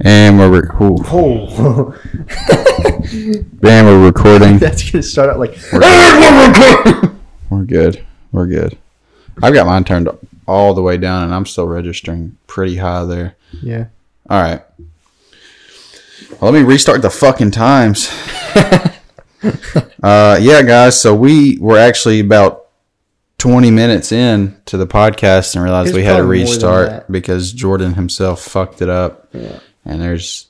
And we're re- oh, Oh, and we're recording. that's gonna start out like. We're good. We're good. I've got mine turned all the way down, and I'm still registering pretty high there. Yeah. All right. Well, let me restart the fucking times. uh, yeah, guys. So we were actually about 20 minutes in to the podcast and realized It's we had to probably more than restart that. because Jordan himself fucked it up. Yeah. And there's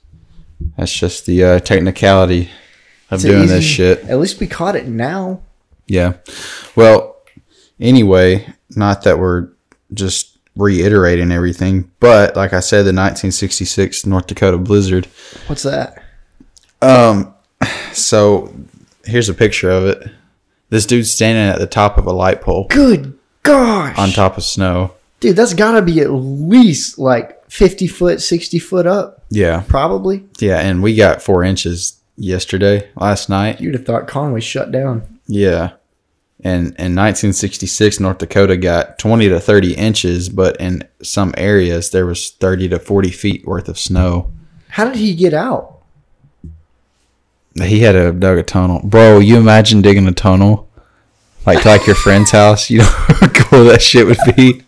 that's just the uh, technicality of It's an doing this easy- shit. At least we caught it now. Yeah. Well, anyway, not that we're just reiterating everything, but like I said, the 1966 North Dakota blizzard. What's that? Um, so here's a picture of it. This dude's standing at the top of a light pole Good gosh, on top of snow. dude, that's gotta be at least like fifty foot, sixty foot up, Yeah. probably. Yeah. And we got four inches yesterday, last night. You'd have thought Conway shut down. Yeah. And in 1966, North Dakota got 20 to 30 inches, but in some areas there was 30 to 40 feet worth of snow. How did he get out? He had to dug a tunnel, bro. You imagine digging a tunnel, like to like your friend's house. You know how cool that shit would be.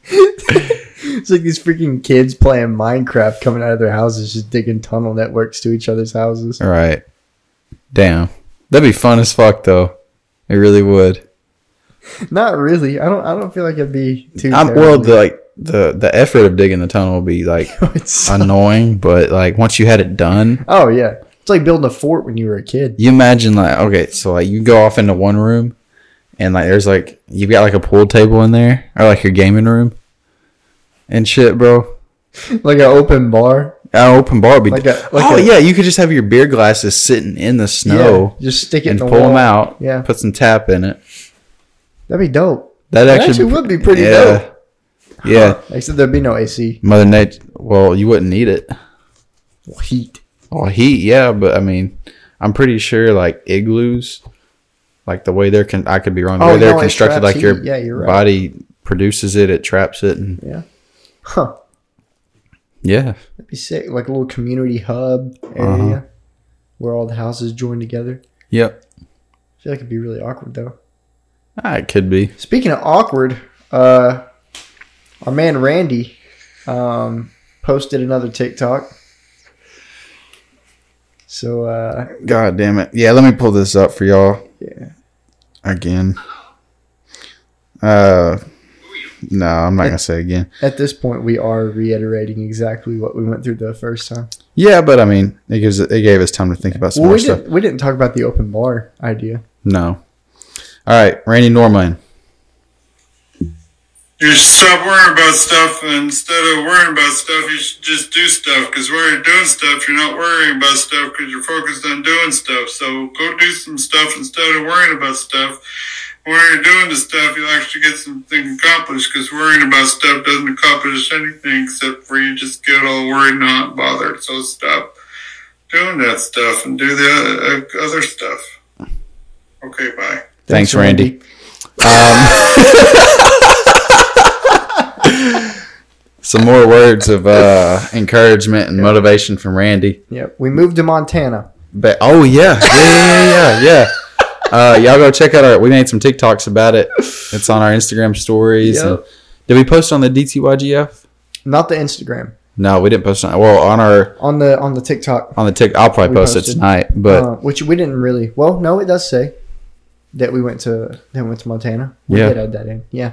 It's like these freaking kids playing Minecraft, coming out of their houses, just digging tunnel networks to each other's houses. All right, damn, that'd be fun as fuck though. It really would. Not really. I don't. I don't feel like it'd be too. I'm, well, terribly- the like the the effort of digging the tunnel would be like It's- annoying, but like once you had it done, oh yeah, it's like building a fort when you were a kid. you imagine like okay, so like you go off into one room, and like there's like you've got like a pool table in there or like your gaming room, and shit, bro. like an open bar. An open bar would be Like a- like oh a- yeah, you could just have your beer glasses sitting in the snow Yeah, just stick it in and the pull wall. them out. Yeah. put some tap in it. That'd be dope. That That actually, actually would be pretty dope. Yeah, Except there'd be no AC. Mother Nature. Well, you wouldn't need it. Heat. Oh, heat, yeah, but I mean, I'm pretty sure like igloos, like the way they're con- I could be wrong. The Oh, way they're no, it constructed, traps like your heat. Yeah, you're right. body produces it, it traps it, and Huh. yeah, That'd be sick. Like a little community hub area where all the houses join together. yep, I feel like it'd be really awkward though. ah, it could be. Speaking of awkward, uh our man Randy um posted another TikTok. So uh God damn it! Yeah, let me pull this up for y'all. yeah. again. Uh, no, I'm not gonna say again. At this point we are reiterating exactly what we went through the first time. Yeah, but I mean, it gives it gave us time to think about some Well, more we stuff. didn't, we didn't talk about the open bar idea. No. All right, Randy Norman. You should stop worrying about stuff, and instead of worrying about stuff, you should just do stuff. Because while you're doing stuff, you're not worrying about stuff because you're focused on doing stuff. So go do some stuff instead of worrying about stuff. When you're doing the stuff, you'll actually get something accomplished. Because worrying about stuff doesn't accomplish anything except for you just get all worried and not bothered. So stop doing that stuff and do the uh, other stuff. Okay, bye. Thanks, Randy. Some more words of uh, encouragement and motivation from Randy. Yep. We moved to Montana. But oh yeah, yeah, yeah, yeah, yeah. yeah. Uh, y'all go check out our. We made some TikToks about it. It's on our Instagram stories. Yep. and- did we post on the DTYGF? Not the Instagram. No, we didn't post on. Well, on our On the on the TikTok. on the tick, I'll probably We post it posted. tonight. But uh, which we didn't really well, no, it does say that we went to that we went to Montana. We Yeah. did add that in. Yeah.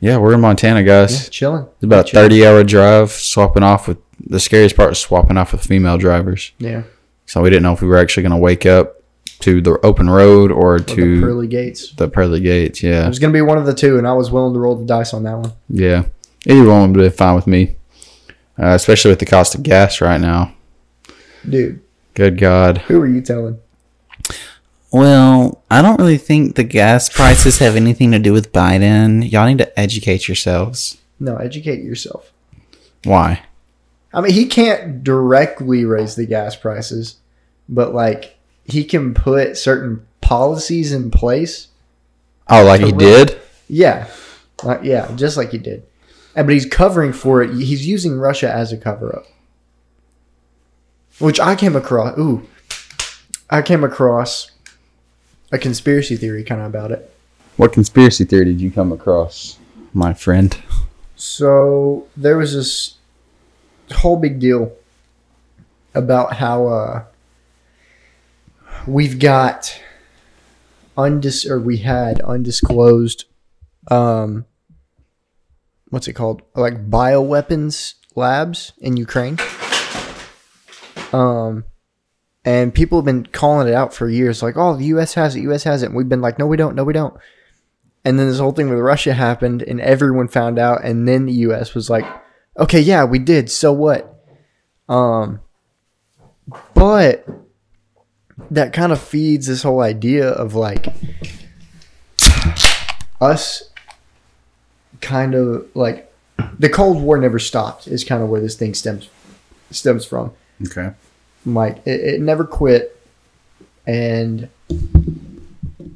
yeah, we're in Montana, guys. Yeah. Chilling. It's about a Chilling. thirty-hour drive. Swapping off with the scariest part is swapping off with female drivers. Yeah. So we didn't know if we were actually going to wake up to the open road or With to the the pearly, pearly gates. gates. It Yeah, was gonna be one of the two, and I was willing to roll the dice on that one. yeah. Either one would be fine with me, uh, especially with the cost of gas right now. Dude, Good God. who were you telling? Well, I don't really think the gas prices have anything to do with Biden. Y'all need to educate yourselves. No, educate yourself. Why? I mean, he can't directly raise the gas prices, but like he can put certain policies in place. Oh, like he did. Yeah, like, yeah, just like he did. And, but he's covering for it. He's using Russia as a cover up. which I came across. Ooh, I came across a conspiracy theory kind of about it. What conspiracy theory did you come across, my friend? So there was this whole big deal about how uh, we've got undis or we had undisclosed um what's it called like bioweapons labs in Ukraine. Um and people have been calling it out for years like oh the US has it US has it and we've been like no we don't no we don't. And then this whole thing with Russia happened and everyone found out and then the US was like okay yeah we did so what? Um but that kind of feeds this whole idea of like us kind of like the cold war never stopped is kind of where this thing stems stems from Okay. like it, it never quit and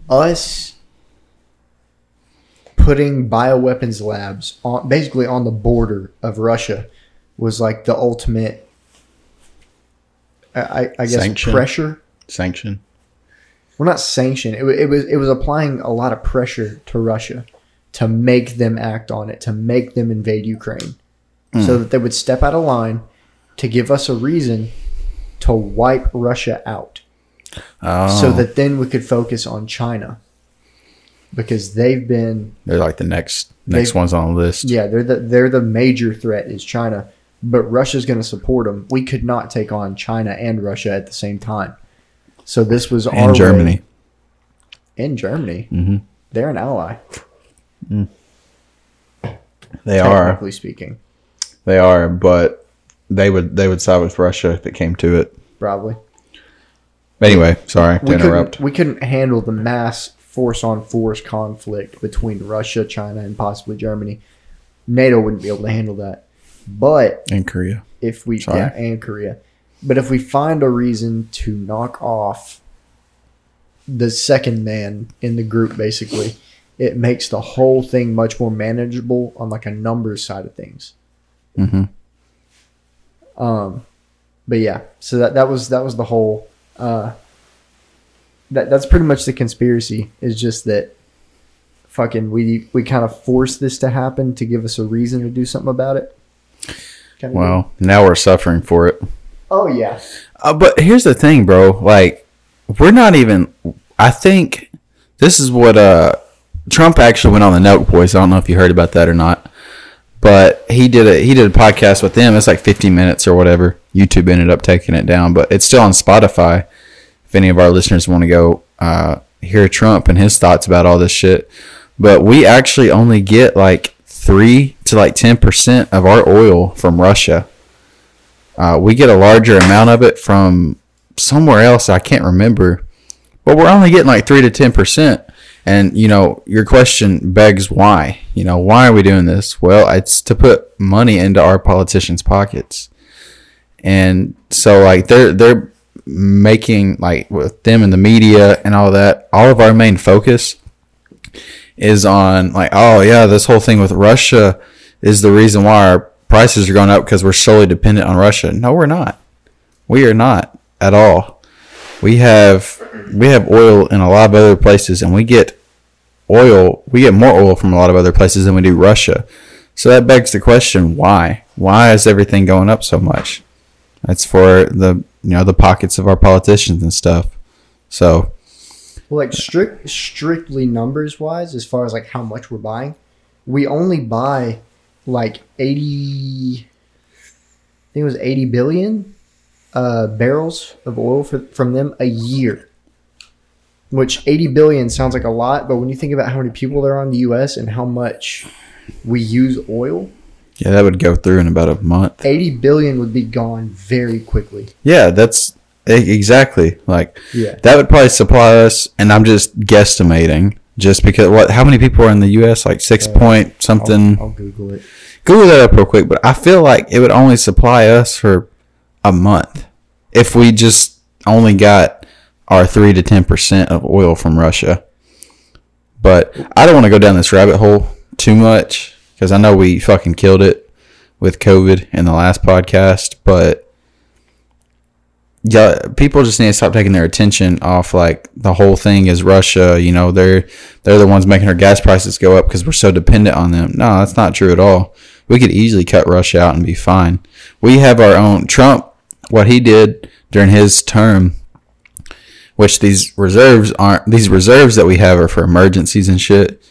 us putting bioweapons labs on basically on the border of russia was like the ultimate i, I- I guess Sanction. pressure Sanction. well, not sanction. It, wa- it was it was applying a lot of pressure to Russia to make them act on it, to make them invade Ukraine, Hmm. so that they would step out of line to give us a reason to wipe Russia out, Oh, so that then we could focus on China because they've been they're like the next next They- ones on the list. yeah they're the they're the major threat is China, but Russia's going to support them. We could not take on China and Russia at the same time, so this was our and way- Germany. in Germany. Mhm. They're an ally, They are. technically speaking, They are, but they would they would side with Russia if it came to it. probably. Anyway, sorry to We interrupt. couldn't, we couldn't handle the mass force on force conflict between Russia, China, and possibly Germany. NATO wouldn't be able to handle that. But In Korea. if we Sorry. yeah, and Korea, but if we find a reason to knock off the second man in the group, basically, it makes the whole thing much more manageable on like a numbers side of things. Mm-hmm. Um, but yeah, so that that was that was the whole. Uh, that that's pretty much the conspiracy. Is just that fucking we we kind of forced this to happen to give us a reason to do something about it. Kinda Well, now we're suffering for it. good. oh yeah, Uh, but here's the thing, bro. Like, we're not even. I think this is what uh Trump actually went on the Note Boys. I don't know if you heard about that or not, but he did a he did a podcast with them. It's like 50 minutes or whatever. YouTube ended up taking it down, but it's still on Spotify. If any of our listeners want to go uh, hear Trump and his thoughts about all this shit, but we actually only get like three to like 10 percent of our oil from Russia. Uh, we get a larger amount of it from somewhere else. I can't remember, but we're only getting like three to ten percent. And you know, your question begs why. You know, why are we doing this? Well, it's to put money into our politicians' pockets, and so like they're they're making like with them and the media and all that. All of our main focus is on like, oh yeah, this whole thing with Russia is the reason why our prices are going up because we're solely dependent on Russia. No, we're not. We are not at all. We have we have oil in a lot of other places, and we get oil. We get more oil from a lot of other places than we do Russia. So that begs the question: Why? Why is everything going up so much? That's for the you know the pockets of our politicians and stuff. So well, like strict strictly numbers wise, as far as like how much we're buying, we only buy like eighty. I think it was eighty billion uh, barrels of oil for, from them a year. which 80 billion sounds like a lot, but when you think about how many people there are in the US and how much we use oil, yeah, that would go through in about a month. 80 billion would be gone very quickly. Yeah, that's e- exactly like Yeah. that would probably supply us, and I'm just guesstimating, just because what? How many people are in the U.S.? Like six Uh, point I'll- something. I'll, Google it. Google that up real quick, but I feel like it would only supply us for a month if we just only got our three to ten percent of oil from Russia. But I don't want to go down this rabbit hole too much because I know we fucking killed it with COVID in the last podcast, but yeah, people just need to stop taking their attention off like the whole thing is Russia. You know, they're they're the ones making our gas prices go up because we're so dependent on them. No, that's not true at all. We could easily cut Russia out and be fine. We have our own Trump. What he did during his term, which these reserves aren't these reserves that we have are for emergencies and shit,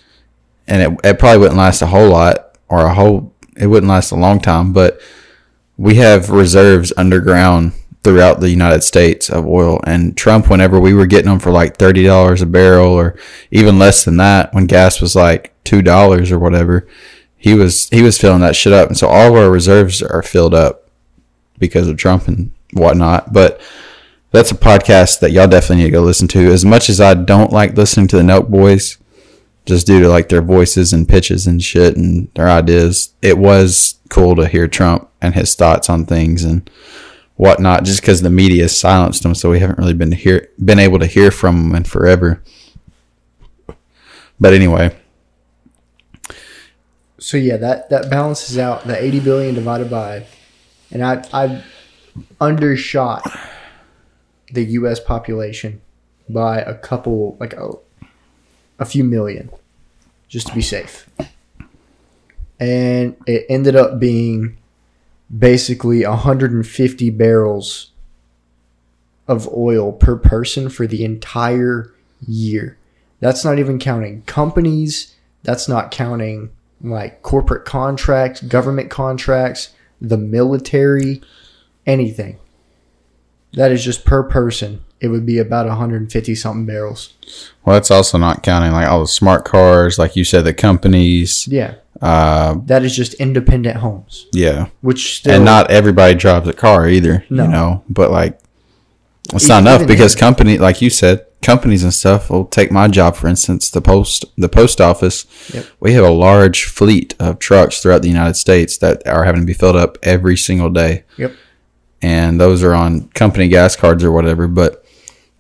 and it, it probably wouldn't last a whole lot or a whole. It wouldn't last a long time, but we have reserves underground throughout the United States of oil. And Trump, whenever we were getting them for like thirty dollars a barrel or even less than that, when gas was like two dollars or whatever, he was he was filling that shit up. And so all of our reserves are filled up because of Trump and whatnot. But that's a podcast that y'all definitely need to go listen to. As much as I don't like listening to the Note Boys, just due to like their voices and pitches and shit and their ideas, it was cool to hear Trump and his thoughts on things and whatnot, just because the media has silenced them, so we haven't really been to hear been able to hear from them in forever. But anyway, So yeah, that that balances out the 80 billion divided by, and I I undershot the U.S. population by a couple like a, a few million, just to be safe. And it ended up being basically 150 barrels of oil per person for the entire year. That's not even counting companies. That's not counting like corporate contracts, government contracts, the military, anything. That is just per person. It would be about 150 something barrels. well, that's also not counting like all the smart cars, like you said, the companies. Yeah, Uh, that is just independent homes, yeah, which still and not everybody drives a car either. No. You know, but like it's E- not enough even because company, like you said, companies and stuff will take my job for instance. The post, the post office, Yep. we have a large fleet of trucks throughout the United States that are having to be filled up every single day. Yep. And those are on company gas cards or whatever, but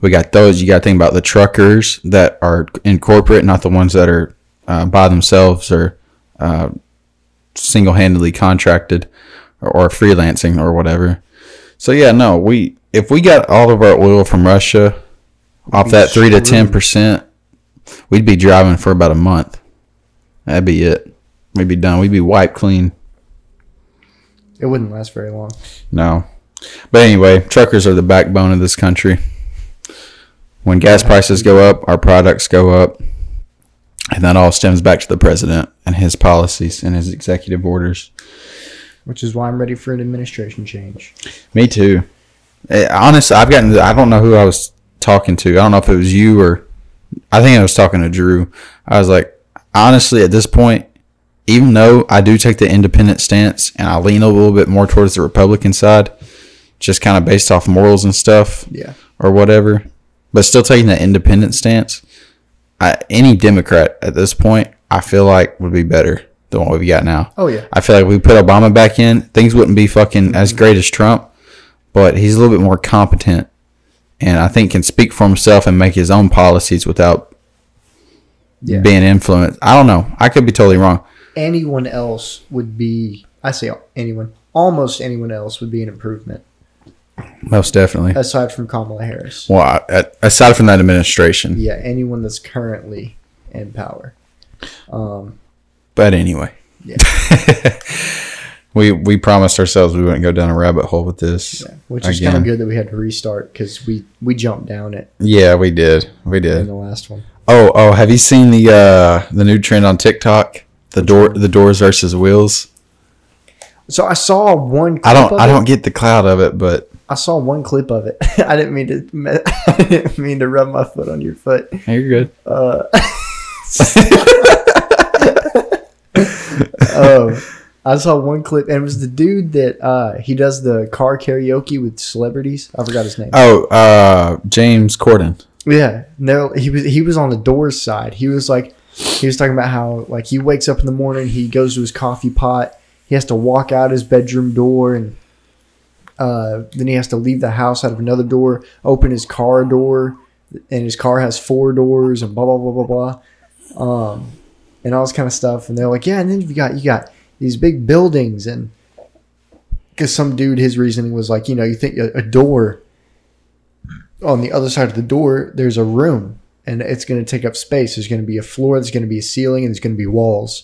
we got those. You got to think about the truckers that are in corporate, not the ones that are uh, by themselves or uh, single-handedly contracted or, or freelancing or whatever. So yeah, no, we if we got all of our oil from Russia off be that three to ten screwed. percent, we'd be driving for about a month. That'd be it. We'd be done. We'd be wiped clean. it wouldn't last very long. No. But anyway, truckers are the backbone of this country. When gas prices go up, our products go up. And that all stems back to the president and his policies and his executive orders. Which is why I'm ready for an administration change. Me too. Eh, honestly, I've gotten. I don't know who I was talking to. I don't know if it was you or. I think I was talking to Drew. I was like, honestly, at this point, even though I do take the independent stance and I lean a little bit more towards the Republican side, just kind of based off morals and stuff Yeah, or whatever, but still taking that independent stance, I, any Democrat at this point, I feel like would be better than what we've got now. Oh, yeah. I feel like if we put Obama back in, things wouldn't be fucking as Mm-hmm. great as Trump, but he's a little bit more competent, and I think can speak for himself and make his own policies without yeah. being influenced. I don't know. I could be totally wrong. anyone else would be. I say anyone. Almost anyone else would be an improvement, Most definitely. aside from Kamala Harris. Well, I- a- aside from that administration, Yeah, anyone that's currently in power. Um, But anyway, Yeah. we we promised ourselves we wouldn't go down a rabbit hole with this. yeah, which is kind Again. of good that we had to restart because we we jumped down it Yeah, we did. We in did. the last one. Oh, oh, have you seen the uh the new trend on TikTok? The door the doors versus wheels. So I saw one. Clip I don't Of I it. don't get the cloud of it, but I saw one clip of it. I didn't mean to. me- I didn't mean to rub my foot on your foot. you're good. Uh, um, I saw one clip, and it was the dude that uh, he does the car karaoke with celebrities. I forgot his name. Oh, uh James Corden. Yeah, no, he was he was on the Doors side. He was like, he was talking about how like he wakes up in the morning, he goes to his coffee pot, he has to walk out his bedroom door, and uh, then he has to leave the house out of another door, open his car door, and his car has four doors, and blah blah blah blah blah, um, and all this kind of stuff. And they're like, yeah, and then you got you got these big buildings, and because some dude his reasoning was like, you know, you think a, a door on the other side of the door, there's a room and it's going to take up space. There's going to be a floor, there's going to be a ceiling, and there's going to be walls.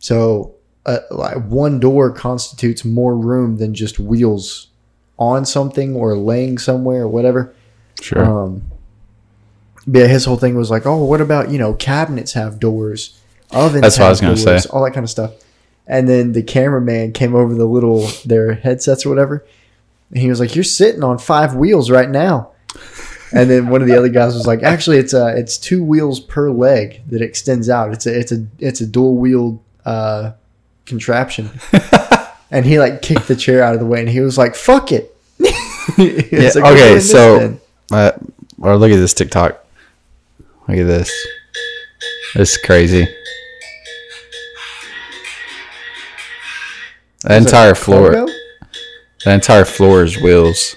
So, uh, like one door constitutes more room than just wheels on something or laying somewhere or whatever. Sure. Um, but his whole thing was like, oh, what about you know cabinets have doors, ovens That's what I have was gonna doors," say. all that kind of stuff. And then the cameraman came over the little their headsets or whatever, and he was like, "You're sitting on five wheels right now." And then one of the other guys was like, "Actually, it's uh it's two wheels per leg that extends out. It's a it's a it's a dual wheeled uh, contraption." and he like kicked the chair out of the way, and he was like, "Fuck it." Yeah, It's like, "We're doing okay, this so then." uh, or look at this TikTok. Look at this. This is crazy. The Is it entire floor. Congo? The entire floor is wheels.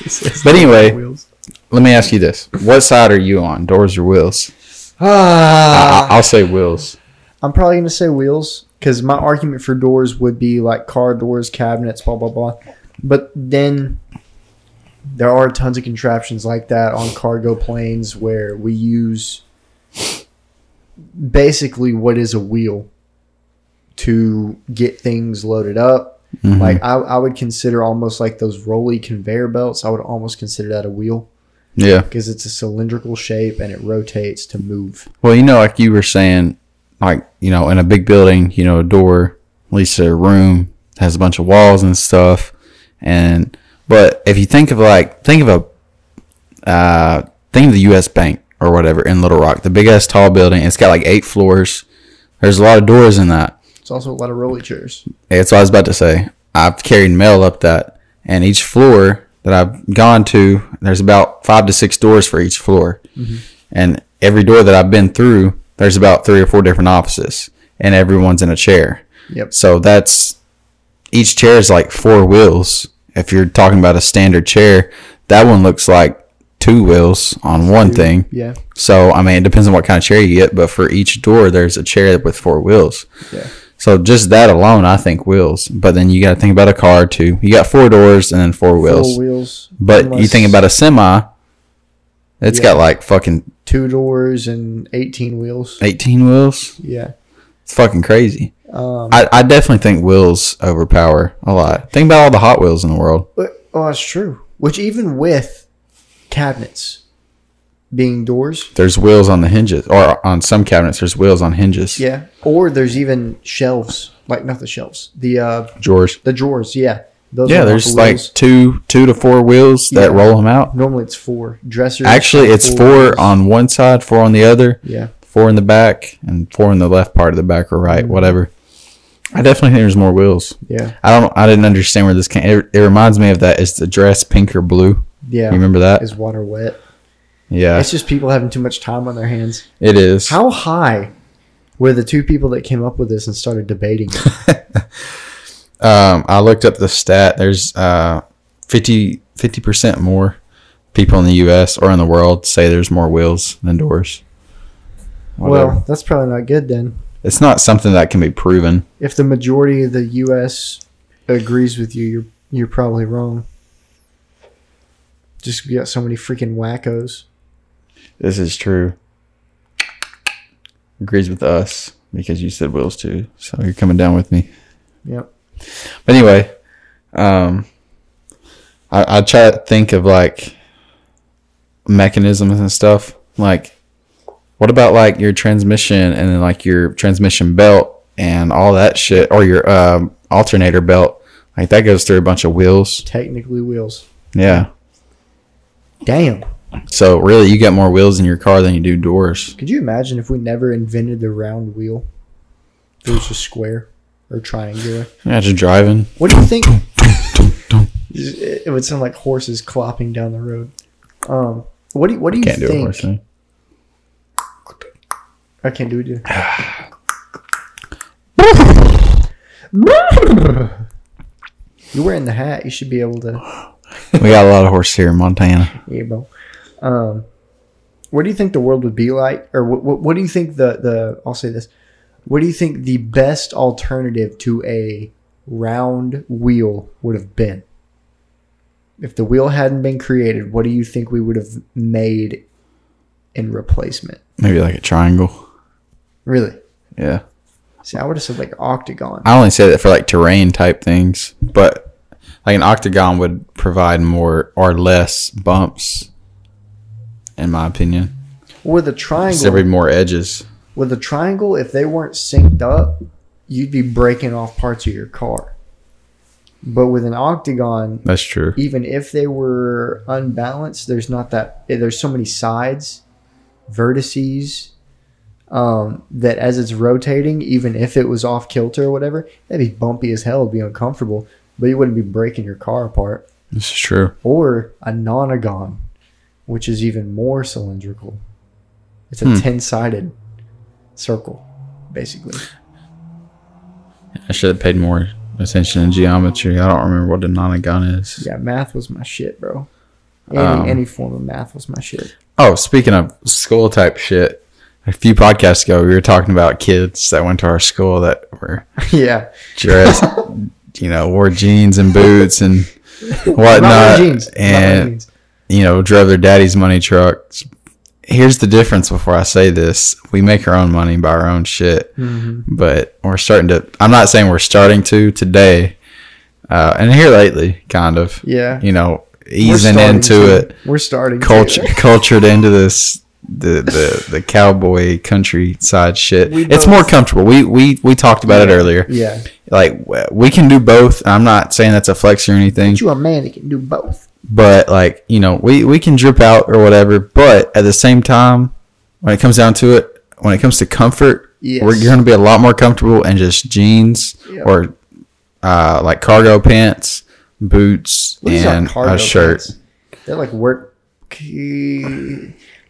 It says But anyway- wheels. Let me ask you this: What side are you on, doors or wheels? I- Ah, I'll say wheels. I'm probably gonna say wheels because my argument for doors would be like car doors, cabinets, blah blah blah. But then there are tons of contraptions like that on cargo planes where we use basically what is a wheel to get things loaded up Mhm. Like I, I would consider almost like those rolly conveyor belts. I would almost consider that a wheel yeah. because it's a cylindrical shape and it rotates to move. Well, you know, like you were saying, like you know, in a big building, you know, a door leads to a room has a bunch of walls and stuff, and but if you think of like think of a uh, think of the U.S. Bank or whatever in Little Rock, the big ass tall building, it's got like eight floors. There's a lot of doors in that. It's also a lot of rolly chairs. That's what I was about to say. I've carried mail up that, and each floor that I've gone to, there's about five to six doors for each floor, and every door that I've been through, there's about three or four different offices, and everyone's in a chair. Yep. So that's each chair is like four wheels. If you're talking about a standard chair, that one looks like two wheels on one thing. Yeah. So I mean, it depends on what kind of chair you get, but for each door, there's a chair with four wheels. Yeah. So just that alone, I think wheels. But then you got to think about a car too. You got four doors and then four wheels. Four wheels. but you unless think about a semi, it's Yeah. got like fucking two doors and eighteen wheels. eighteen wheels. Yeah. It's fucking crazy. Um, I, I definitely think wheels overpower a lot. Think about all the Hot Wheels in the world. but- oh, that's true. Which even with cabinets being doors. There's wheels on the hinges, or on some cabinets, there's wheels on hinges. Yeah. Or there's even shelves, like not the shelves, the uh, Drawers. the drawers. Yeah. Those Yeah, are not there's the like wheels. two two to four wheels that Yeah. roll them out. normally it's four dressers. Actually, it's wheels. four on one side, four on the other, Yeah. four in the back, and four in the left part of the back or Mm-hmm. right, whatever. I definitely think there's more wheels. Yeah. I don't. I didn't understand where this came. It, it reminds me of that. Is the dress pink or blue? Yeah. You remember that? is water wet. Yeah, It's just people having too much time on their hands. it is. How high were the two people that came up with this and started debating? it? Um, I looked up the stat. There's uh 50 percent more people in the U.S. or in the world say there's more wheels than doors. Whatever. well, that's probably not good then. it's not something that can be proven. If the majority of the U.S. agrees with you, you're you're probably wrong. Just we got so many freaking wackos. This is true. Agrees with us because you said Wills too. So you're coming down with me. Yep. But anyway, um, I, I try to think of like mechanisms and stuff. Like, what about like your transmission and then like your transmission belt and all that shit, or your um, alternator belt? Like that goes through a bunch of wheels. Technically, wheels. Yeah. Damn. So really, you got more wheels in your car than you do doors. Could you imagine if we never invented the round wheel? If it was just square or triangular. Yeah, just driving. What do you think? it would sound like horses clopping down the road. Um, what do you, what do you Can't do a think? horse thing. I can't do it. dude. You're wearing the hat. You should be able to. we got a lot of horses here in Montana. Yeah, bro. Um, what do you think the world would be like, or what, what, what do you think the the I'll say this. What do you think the best alternative to a round wheel would have been? If the wheel hadn't been created, what do you think we would have made in replacement? Maybe like a triangle. Really? Yeah. See, I would have said like octagon. I only say that for like terrain type things, but like an octagon would provide more or less bumps, in my opinion. With a It's triangle, there'd be more edges. with a triangle, if they weren't synced up, you'd be breaking off parts of your car. But with an octagon, That's true. even if they were unbalanced, there's not that there's so many sides, vertices, um, that as it's rotating, even if it was off kilter or whatever, that'd be bumpy as hell, it'd be uncomfortable, but you wouldn't be breaking your car apart. This is true. Or a nonagon, which is even more cylindrical. It's a Hmm. ten sided circle, basically. I should have paid more attention to geometry. I don't remember what a nonagon is. Yeah, math was my shit, bro. Any, Um, any form of math was my shit. Oh, speaking of school type shit, a few podcasts ago we were talking about kids that went to our school that were yeah. dressed, you know, wore jeans and boots and Not my whatnot, jeans. Not my and jeans. you know, drove their daddy's money trucks. Here's the difference before I say this. We make our own money by our own shit, Mm-hmm. but we're starting to. I'm not saying we're starting to today, uh, and here lately, kind of. Yeah. You know, We're easing starting into to. it, We're starting to. culture, cultured into this the the the cowboy countryside shit. We It's both- more comfortable. We we we talked about it earlier. Yeah. Like w- we can do both. I'm not saying that's a flex or anything, But you a man that can do both. but like you know, we we can drip out or whatever. But at the same time, when it comes down to it, when it comes to comfort, Yes. we're going to be a lot more comfortable in just jeans Yeah. or uh, like cargo pants, boots, What is our and cargo a shirt. pants? They're like work.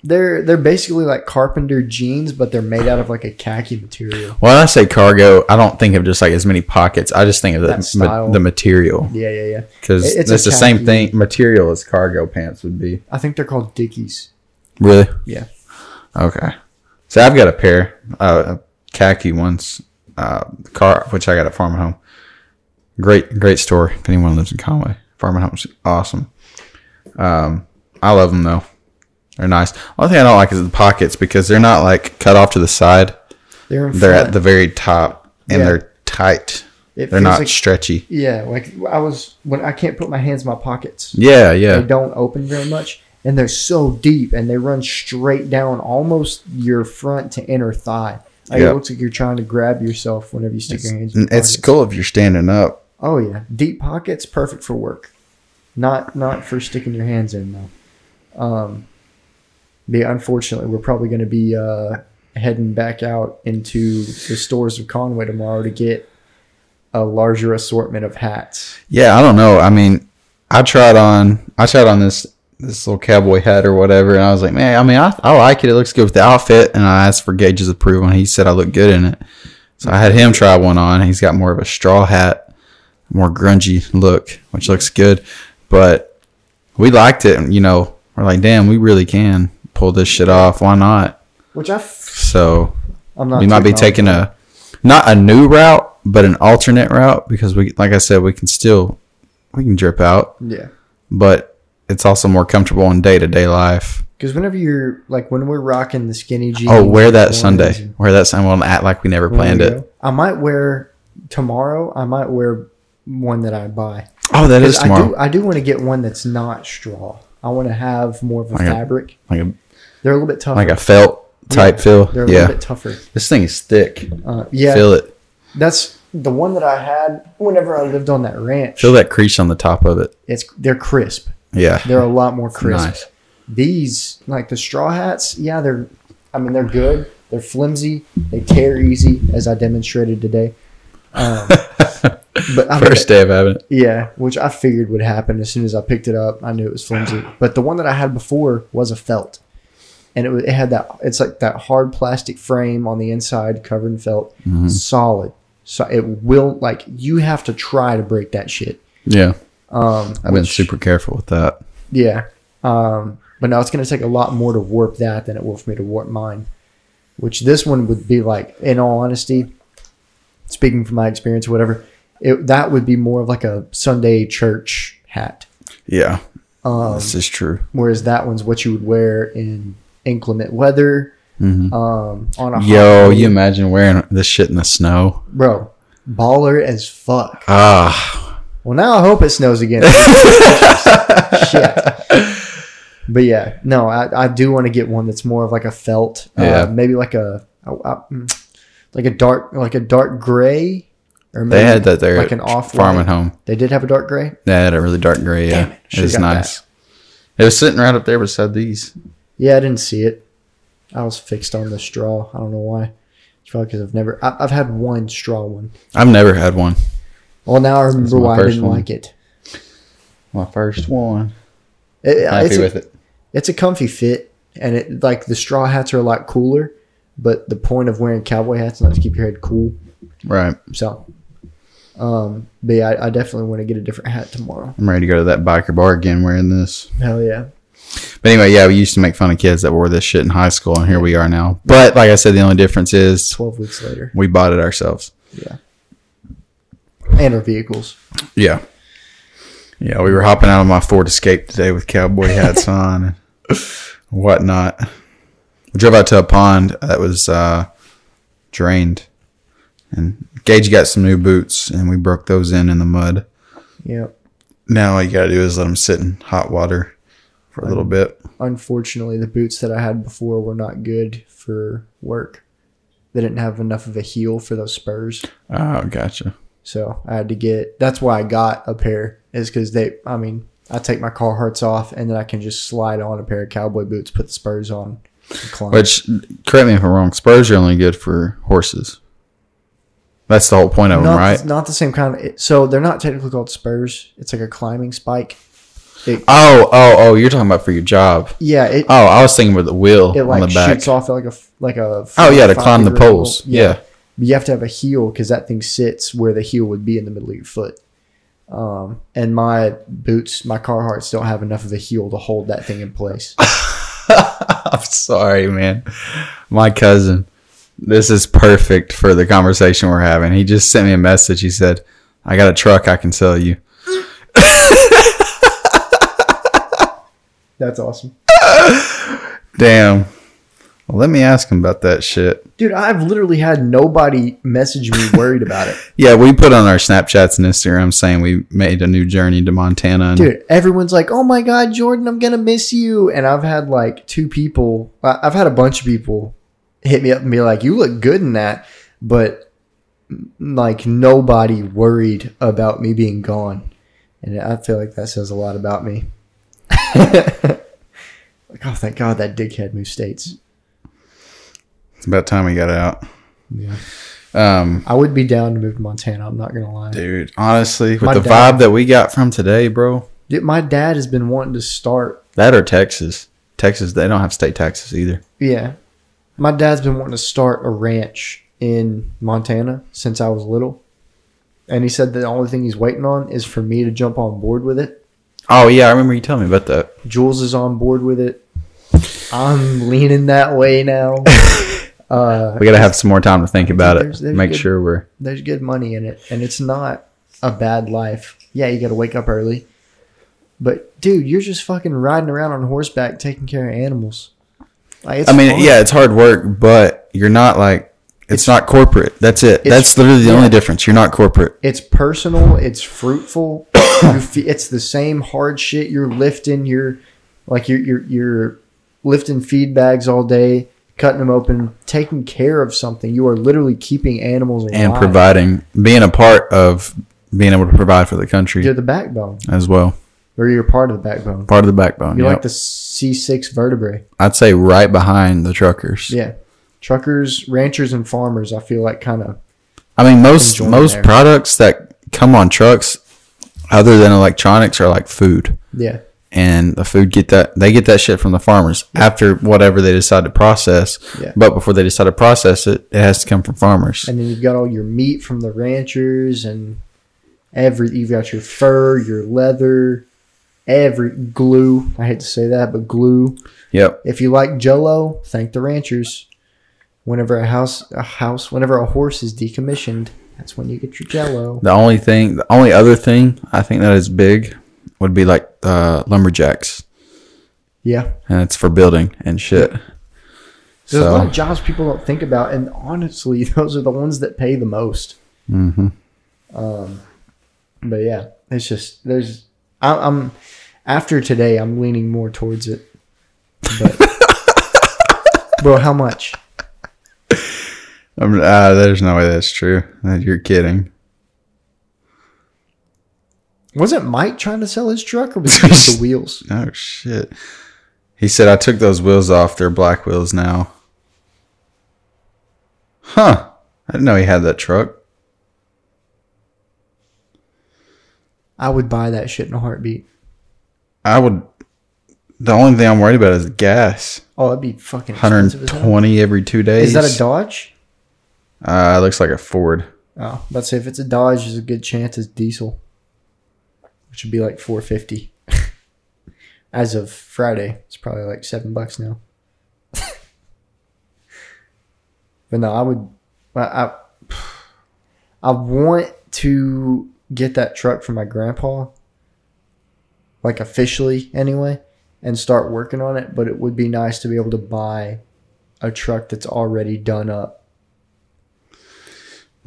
They're they're basically like carpenter jeans, but they're made out of like a khaki material. When I say cargo, I don't think of just like as many pockets. I just think of That the, style. ma- the material Yeah, yeah, yeah. because It- it's it's, a the same khaki. thing material as cargo pants would be. I think they're called Dickies. Really? Yeah. Okay. So I've got a pair uh, khaki ones, uh, car which I got at Farm and Home. Great, great store. If anyone lives in Conway, Farm and Home's awesome. Um, I love them though. They're nice. Only thing I don't like is the pockets because they're not like cut off to the side. They're in They're front. at the very top and Yeah. they're tight. It They're feels not like- stretchy. yeah, like I was when I can't put my hands in my pockets. Yeah, They yeah. don't open very much, and they're so deep, and they run straight down almost your front to inner thigh. Like Yeah. It looks like you're trying to grab yourself whenever you stick your hands. in N- your It's pockets. cool if you're standing up. Oh yeah, deep pockets, perfect for work. Not not for sticking your hands in though. Um, but yeah, unfortunately, we're probably going to be uh, heading back out into the stores of Conway tomorrow to get a larger assortment of hats. Yeah, I don't know. I mean, I tried on I tried on this this little cowboy hat or whatever, and I was like, man, I mean, I, I like it. It looks good with the outfit. And I asked for Gage's approval, and he said I look good in it. So I had him try one on. He's got more of a straw hat, more grungy look, which looks good. But we liked it, and you know, we're like, damn, we really can pull this shit off. Why not? Which I f- So I'm not. we might be technology- taking a not a new route, but an alternate route because we, like I said, we can still we can drip out, yeah. but it's also more comfortable in day to day life. Because whenever you're like when we're rocking the skinny jeans. Oh, wear that ones Sunday. and- Wear that Sunday. We'll act like we never planned There we it. go. I might wear tomorrow. I might wear one that I buy. Oh, that is 'Cause I tomorrow. do. I do want to get one that's not straw. I want to have more of a Like a- fabric. Like a They're a little bit tougher. like a felt type feel. They're a Yeah, little bit tougher. this thing is thick. Uh, yeah, Feel it. that's the one that I had whenever I lived on that ranch. Feel that crease on the top of it. It's they're crisp. Yeah, They're a lot more crisp. nice. These like the straw hats. Yeah, they're. I mean, they're good. They're flimsy. They tear easy, as I demonstrated today. Um, but I mean, First day of having it. Yeah, which I figured would happen as soon as I picked it up. I knew it was flimsy, but the one that I had before was a felt, and it, wa- it had that. It's like that hard plastic frame on the inside, covered in felt, Mhm. solid. So it will like you have to try to break that shit. Yeah, Um, I've been which- super careful with that. Yeah, um, but now it's going to take a lot more to warp that than it will for me to warp mine. Which this one would be like, in all honesty, speaking from my experience, or whatever, it, that would be more of like a Sunday church hat. Yeah, Um, this is true. whereas that one's what you would wear in inclement weather hmm um, on a hot Yo, day. you imagine wearing this shit in the snow? bro baller as fuck. Ah, Well, now I hope it snows again. Shit. But yeah, no, I, I do want to get one that's more of like a felt, uh, Yeah. maybe like a, a- a- mm, like a dark like a dark gray. Or they had that there like like an off farm at home. They did have a dark gray. They had a really dark gray. Damn Yeah, it, it should've was got nice. It was sitting right up there beside these. Yeah, I didn't see it. I was fixed on the straw. I don't know why. It's probably because I've never. I, I've had one straw one. I've never had one. Well, now I remember my why I first didn't one. like it. My first one. It- uh, Happy it's, a, with it. it's a comfy fit, and it like the straw hats are a lot cooler. But the point of wearing cowboy hats is to keep your head cool. Right. So, um, but yeah, I, I definitely want to get a different hat tomorrow. I'm ready to go to that biker bar again wearing this. Hell yeah! But anyway, yeah, we used to make fun of kids that wore this shit in high school, and here we are now. But like I said, the only difference is Twelve weeks later, we bought it ourselves. and our vehicles. Yeah. Yeah, we were hopping out of my Ford Escape today with cowboy hats on and whatnot. We drove out to a pond that was uh, drained, and Gage got some new boots, and we broke those in in the mud. Yeah. Now all you gotta do is let them sit in hot water for a little bit. Unfortunately, the boots that I had before were not good for work. They didn't have enough of a heel for those spurs. Oh, gotcha. So I had to get. That's why I got a pair. Is because they. I mean, I take my Carhartts off, and then I can just slide on a pair of cowboy boots, put the spurs on, and climb. Which, correct me if I'm wrong, spurs are only good for horses. That's the whole point of not, them, right? Not the same kind. Of, it- so they're not technically called spurs. It's like a climbing spike. Oh, oh, oh! You're talking about for your job. Yeah, it Oh, I was thinking with the wheel it on like the back. shoots off like a f- like a. Oh yeah, to five climb the degree angle. poles. Yeah. you have to have a heel because that thing sits where the heel would be in the middle of your foot. Um, and my boots, my Carhartts don't have enough of a heel to hold that thing in place. I'm sorry, man. My cousin. This is perfect for the conversation we're having. He just sent me a message. He said, "I got a truck I can sell you." That's awesome, Damn. Well, let me ask him about that shit. dude. I've literally had nobody message me worried about it, Yeah, we put on our Snapchats and Instagram saying we made a new journey to Montana. And dude. Everyone's like, "Oh my god, Jordan, I'm gonna miss you," and I've had like two people. I- I've had a bunch of people hit me up and be like, "You look good in that," but like nobody worried about me being gone, and I feel like that says a lot about me. like, oh, thank God that dickhead moved states. It's about time we got out. Yeah, Um, I would be down to move to Montana. I'm not gonna lie. dude, honestly, with My the dad- vibe that we got from today, bro, Dude, my dad has been wanting to start that or Texas. Texas, they don't have state taxes either. Yeah. My dad's been wanting to start a ranch in Montana since I was little. And he said that the only thing he's waiting on is for me to jump on board with it. Oh yeah, I remember you telling me about that. Jules is on board with it. I'm leaning that way now. Uh, We gotta have some more time to think about There's- it. there's Make good- sure we're there's good money in it, and it's not a bad life. Yeah, you got to wake up early. But, dude, you're just fucking riding around on horseback taking care of animals. Like, it's I mean, fun. yeah, it's hard work, but you're not like it's, not corporate. That's it. That's literally the yeah. only difference. You're not corporate. it's personal it's fruitful you fe- it's the same hard shit you're lifting you're like you're, you're you're lifting feed bags all day cutting them open taking care of something you are literally keeping animals alive And providing being a part of being able to provide for the country you're the backbone as well. or you're part of the backbone Part of the backbone. you're Yep. like the c6 vertebrae I'd say right behind the truckers. yeah truckers ranchers and farmers i feel like kind of I mean most Enjoying most there. products that come on trucks other than electronics are like food. yeah and the food get that they get that shit from the farmers after whatever they decide to process. Yeah. But before they decide to process it, it has to come from farmers. and then you've got all your meat from the ranchers and every you've got your fur your leather every glue i hate to say that but glue Yep. if you like jello thank the ranchers whenever a house a house whenever a horse is decommissioned that's when you get your jello The only thing, the only other thing I think that is big would be like uh, lumberjacks, Yeah. and it's for building and shit. There's a lot So of jobs people don't think about, and honestly, those are the ones that pay the most. Mm-hmm. Um, but yeah, it's just there's I, I'm after today, I'm leaning more towards it. But bro, how much? I'm, uh, there's no way that's true. Uh, You're kidding. Wasn't Mike trying to sell his truck, or was it just the wheels? Oh shit. He said I took those wheels off. They're black wheels now. Huh. I didn't know he had that truck. I would buy that shit in a heartbeat. I would. The only thing I'm worried about is gas. Oh, that'd be fucking expensive as hell. 120 every two days. Is that a Dodge? Uh, it looks like a Ford. Oh, let's say if it's a Dodge, there's a good chance it's diesel, which would be like 450. As of Friday, it's probably like seven bucks now. but no, I would, I, I, I want to get that truck for my grandpa, like officially anyway, and start working on it. But it would be nice to be able to buy a truck that's already done up.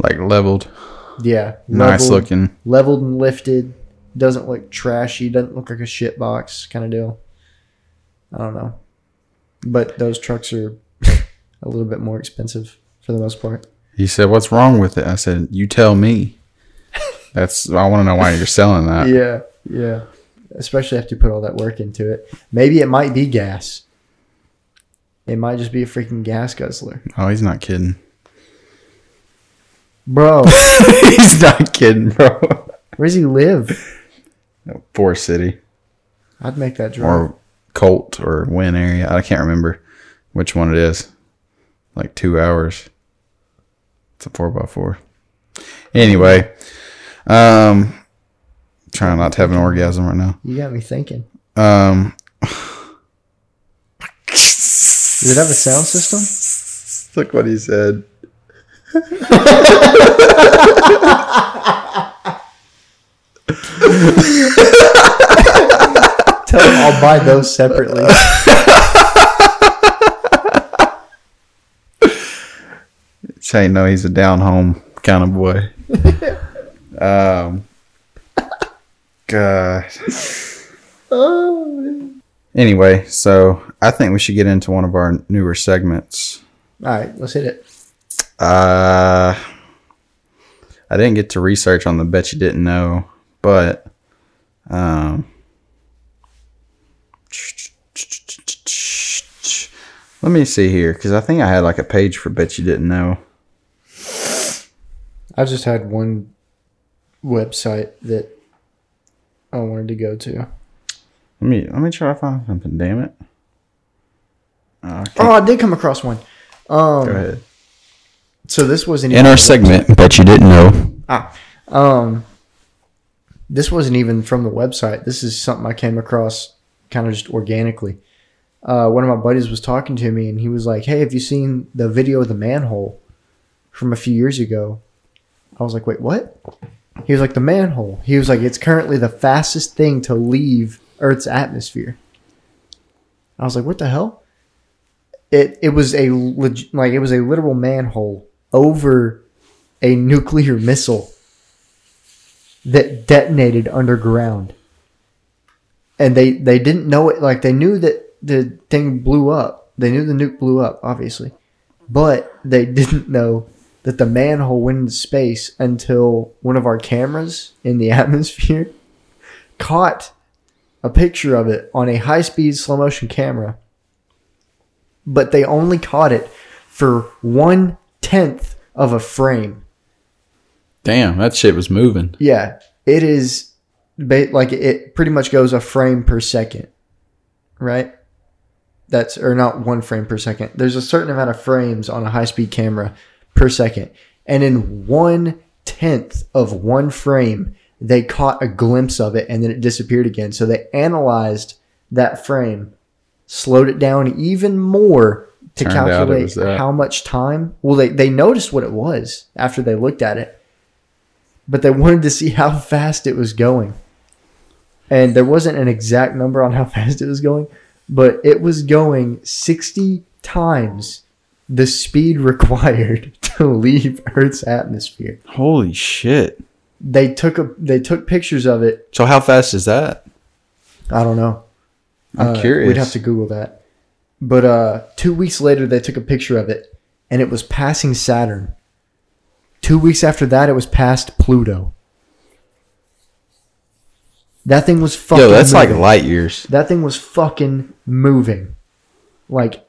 Like leveled. Yeah, Nice leveled, looking. leveled and lifted. Doesn't look trashy. Doesn't look like a shit box kind of deal. I don't know, but those trucks are a little bit more expensive for the most part. He said, What's wrong with it? I said, You tell me. That's. I want to know why you're selling that. Yeah, yeah. Especially after you put all that work into it. Maybe it might be gas. It might just be a freaking gas guzzler, Oh, he's not kidding. bro. he's not kidding, bro. where does he live? Four City I'd make that drive. or Colt or Win area. I can't remember which one it is. Like two hours. It's a four by four. Anyway, um, trying not to have an orgasm right now. You got me thinking. Um, Does it have a sound system? look what he said. Tell him I'll buy those separately. Shane, no, he's a down home kind of boy. um, God. Anyway, so I think we should get into one of our newer segments. All right, let's hit it. Uh, I didn't get to research on the bet you didn't know, but um, let me see here because I think I had like a page for bet you didn't know. I just had one website that I wanted to go to. Let me let me try to find something. Damn it! Uh, okay, Oh, I did come across one. go Um, ahead. so this wasn't In our segment, bet you didn't know. um, this wasn't even from the website. This is something I came across kind of just organically. Uh, one of my buddies was talking to me, and he was like, "Hey, have you seen the video of the manhole from a few years ago?" I was like, "Wait, what?" He was like, "The manhole." He was like, "It's currently the fastest thing to leave Earth's atmosphere." I was like, "What the hell?" It it was a leg- like it was a literal manhole over a nuclear missile that detonated underground. And they they didn't know it like they knew that the thing blew up. They knew the nuke blew up, obviously. But they didn't know that the manhole went into space until one of our cameras in the atmosphere caught a picture of it on a high-speed slow motion camera. But they only caught it for one tenth of a frame. Damn, that shit was moving. Yeah, it is ba- like it pretty much goes a frame per second, right? That's or not one frame per second. There's a certain amount of frames on a high speed camera per second, and in one tenth of one frame, they caught a glimpse of it and then it disappeared again. So they analyzed that frame, slowed it down even more to Turned out it calculate was that. how much time. Well, they, they noticed what it was after they looked at it but they wanted to see how fast it was going. and there wasn't an exact number on how fast it was going, but it was going 60 times the speed required to leave Earth's atmosphere. Holy shit. They took a they took pictures of it. So how fast is that? I don't know. I'm Uh, curious. We'd have to Google that. But uh, two weeks later, they took a picture of it, and it was passing Saturn. Two weeks after that, it was past Pluto. That thing was fucking. Yo, that's like moving. light years. That thing was fucking moving, like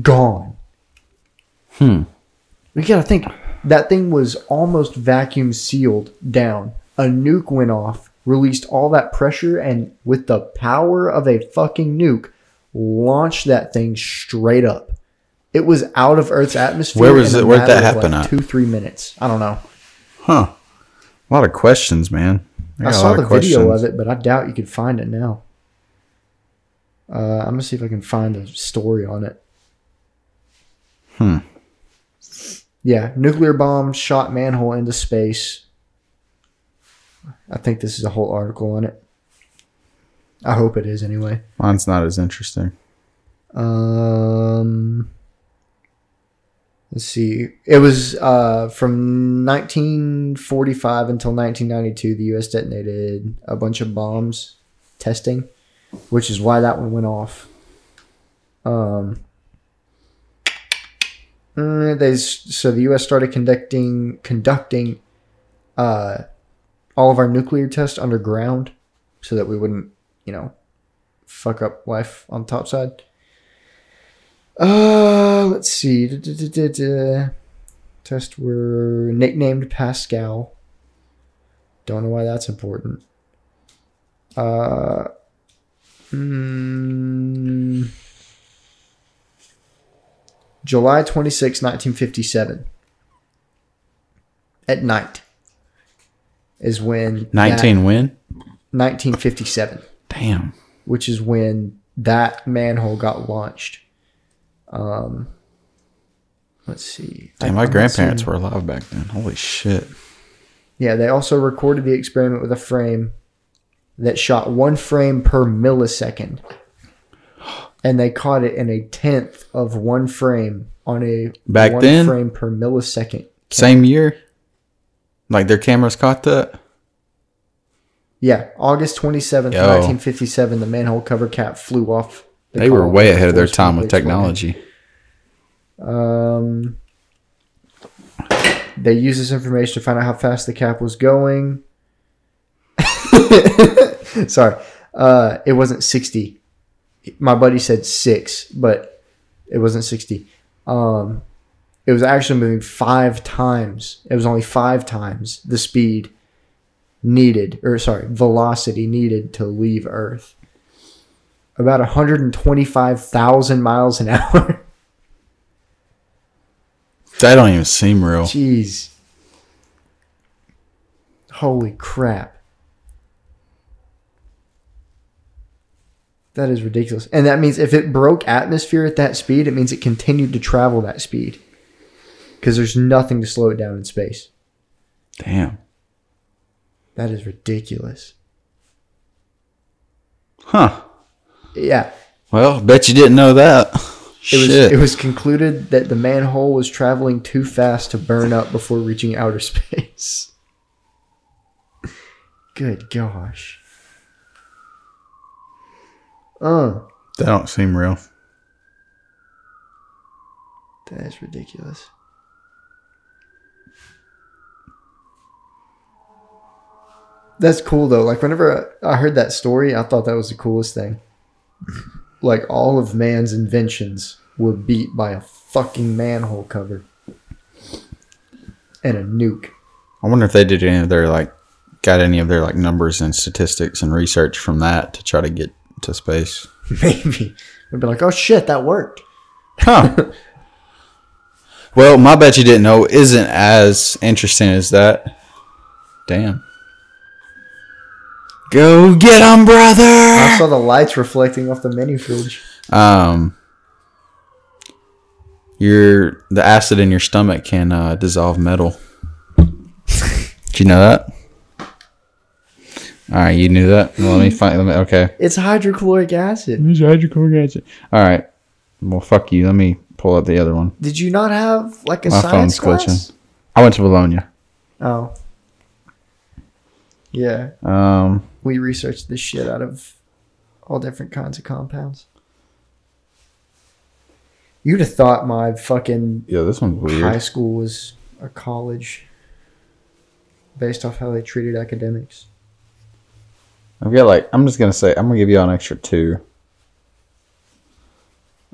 gone. Hmm. You gotta think that thing was almost vacuum sealed down. A nuke went off, released all that pressure, and with the power of a fucking nuke, launched that thing straight up. It was out of Earth's atmosphere. Where was in a it- where'd that matter of, happen like, at? Two, three minutes. I don't know. Huh. A lot of questions, man. I saw the video of it, but I doubt you could find it now. Uh, I'm gonna see if I can find a story on it. Hmm. Yeah, nuclear bomb shot manhole into space. I think this is a whole article on it. I hope it is anyway. Mine's not as interesting. Um, let's see. It was uh, from 1945 until 1992. The U.S. detonated a bunch of bombs testing, which is why that one went off. Um, mm, they s- so the U.S. started conducting conducting uh, all of our nuclear tests underground, so that we wouldn't, you know, fuck up life on the top side. Uh, let's see. Duh, duh, duh, duh, duh. Test were nicknamed Pascal. Don't know why that's important. Uh, mm, July 26, 1957. At night is when that- 19 win? 1957 Damn. which is when that manhole got launched. Um, let's see. Damn, I- my I'm not grandparents seeing- were alive back then. Holy shit. Yeah, they also recorded the experiment with a frame that shot one frame per millisecond, and they caught it in a tenth of one frame on a Back one then? frame per millisecond. Same year? Like their cameras caught that? Yeah, August twenty seventh, Yo. nineteen fifty seven. The manhole cover cap flew off. the They were column way at ahead of their 4 time with speed, exploding. technology. Um, they used this information to find out how fast the cap was going. Sorry, uh, it wasn't sixty. My buddy said six, but it wasn't sixty. Um, it was actually moving five times. It was only five times the speed needed, or sorry, velocity needed to leave Earth. About 125,000 miles an hour. That don't even seem real. Jeez. Holy crap. That is ridiculous. And that means if it broke atmosphere at that speed, it means it continued to travel that speed. Because there's nothing to slow it down in space. Damn. That is ridiculous. Huh. Yeah. Well, bet you didn't know that. It was shit. it was concluded that the manhole was traveling too fast to burn up before reaching outer space. Good gosh. Uh, that don't seem real. that is ridiculous. That's cool though. Like whenever I I heard that story, I thought that was the coolest thing. Like all of man's inventions were beat by a fucking manhole cover and a nuke. I wonder if they did any of their like got any of their like numbers and statistics and research from that to try to get to space. Maybe we'd be like, "Oh shit, that worked." Huh. well, my bet you didn't know isn't as interesting as that. Damn. Go get 'em, I brother. saw the lights reflecting off the menu fridge. Um your the acid in your stomach can uh, dissolve metal. Did you know that? All right, you knew that. Well, let me find. Let me, okay. It's hydrochloric acid. It's hydrochloric acid. All right. Well, fuck you. Let me pull up the other one. Did you not have like a My science phone's glitching. class? I went to Bologna. Oh. Yeah, Um, we researched the shit out of all different kinds of compounds. You'd have thought my fucking yeah, this one's high weird. school was a college based off how they treated academics. I've got like. I'm just gonna say. I'm gonna give you an extra two.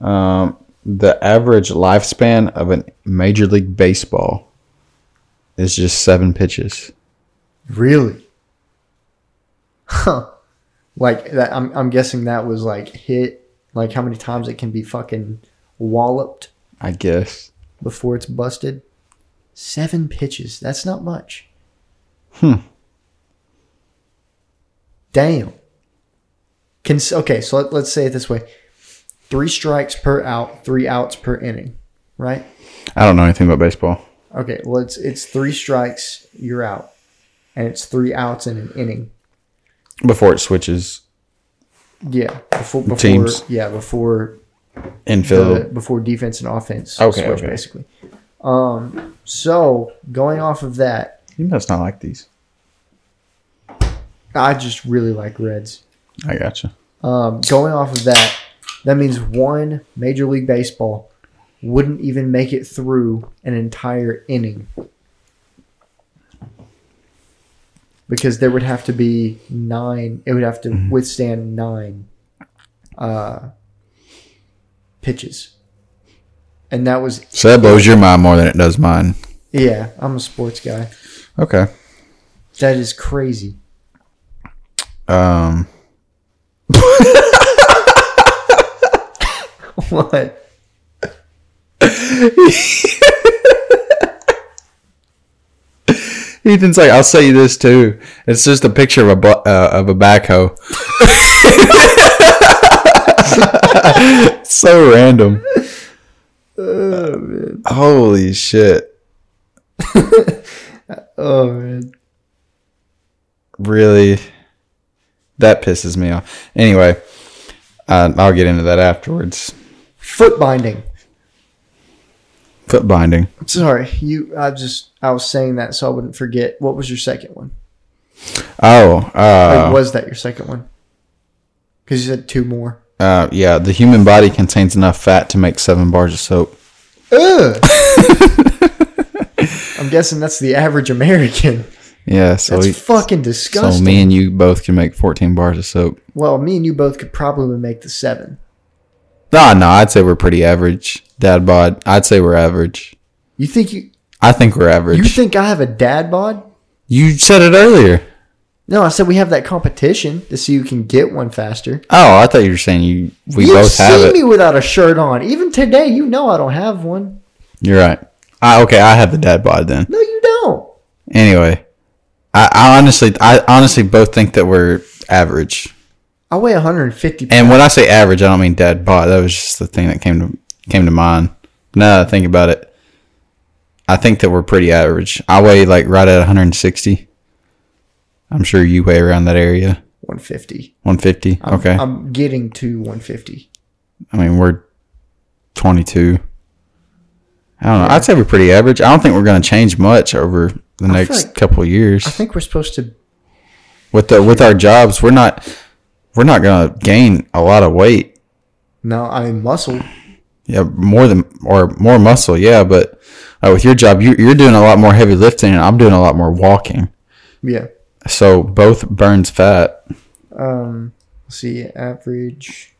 Um, the average lifespan of a major league baseball is just seven pitches. Really? Huh. Like that I'm I'm guessing that was like hit like how many times it can be fucking walloped I guess. before it's busted. Seven pitches. That's not much. Hmm. Damn. Can okay, so let, let's say it this way. Three strikes per out, three outs per inning, right? I don't know anything about baseball. Okay, well it's it's three strikes, you're out. And it's three outs in an inning. Before it switches Yeah. Before, before Teams. yeah, before infield. the- before defense and offense Okay, switch okay. basically. Um so going off of that, You must not like these. I just really like Reds. I gotcha. Um, going off of that, that means one Major League Baseball wouldn't even make it through an entire inning because there would have to be nine. It would have to withstand nine uh, pitches, and that was So that blows your mind more than it does mine. yeah. I'm a sports guy. Okay. That is crazy. Um, what? Ethan's like, I'll say you this too. It's just a picture of a bu- uh, of a backhoe. so random. Oh man. Holy shit! Oh man. Really, that pisses me off. Anyway, uh, I'll get into that afterwards. Foot binding. Foot binding. Sorry, you. I just I was saying that so I wouldn't forget. What was your second one? Oh, uh, Like, was that your second one? Because you said two more. uh, yeah. The human body contains enough fat to make seven bars of soap. Ugh. I'm guessing that's the average American. Yeah. So That's we- fucking So disgusting. me and you both can make 14 bars of soap. well, me and you both could probably make the seven. Nah, nah, I'd say we're pretty average. Dad bod, I'd say we're average. You think you I think we're average. you You, think I have a dad bod? said it earlier. No, I said we have that competition to see who can get one faster. Oh, I thought you were saying you we You've both have seen it. me without a shirt on. Even today, you know I don't have one. You're right. I, okay, I have the dad bod then. No, you don't. Anyway, I, I honestly, I honestly both think that we're average. I weigh 150 pounds. And when I say average, I don't mean dad bod. That was just the thing that came to came to mind. Now that I think about it, I think that we're pretty average. I weigh like right at 160. I'm sure you weigh around that area, 150. 150. I'm, okay, i I'm getting to 150. mean we're 22. I don't know. I'd say we're pretty average. I don't think we're going to change much over the next like- couple of years. I think we're supposed to. with the with our jobs, we're not we're not going to gain a lot of weight. No, I mean muscle. Yeah, more than or more muscle. Yeah, but uh, with your job, you, you're doing a lot more heavy lifting, and I'm doing a lot more walking. Yeah. So both burns fat. Um. Let's see. Average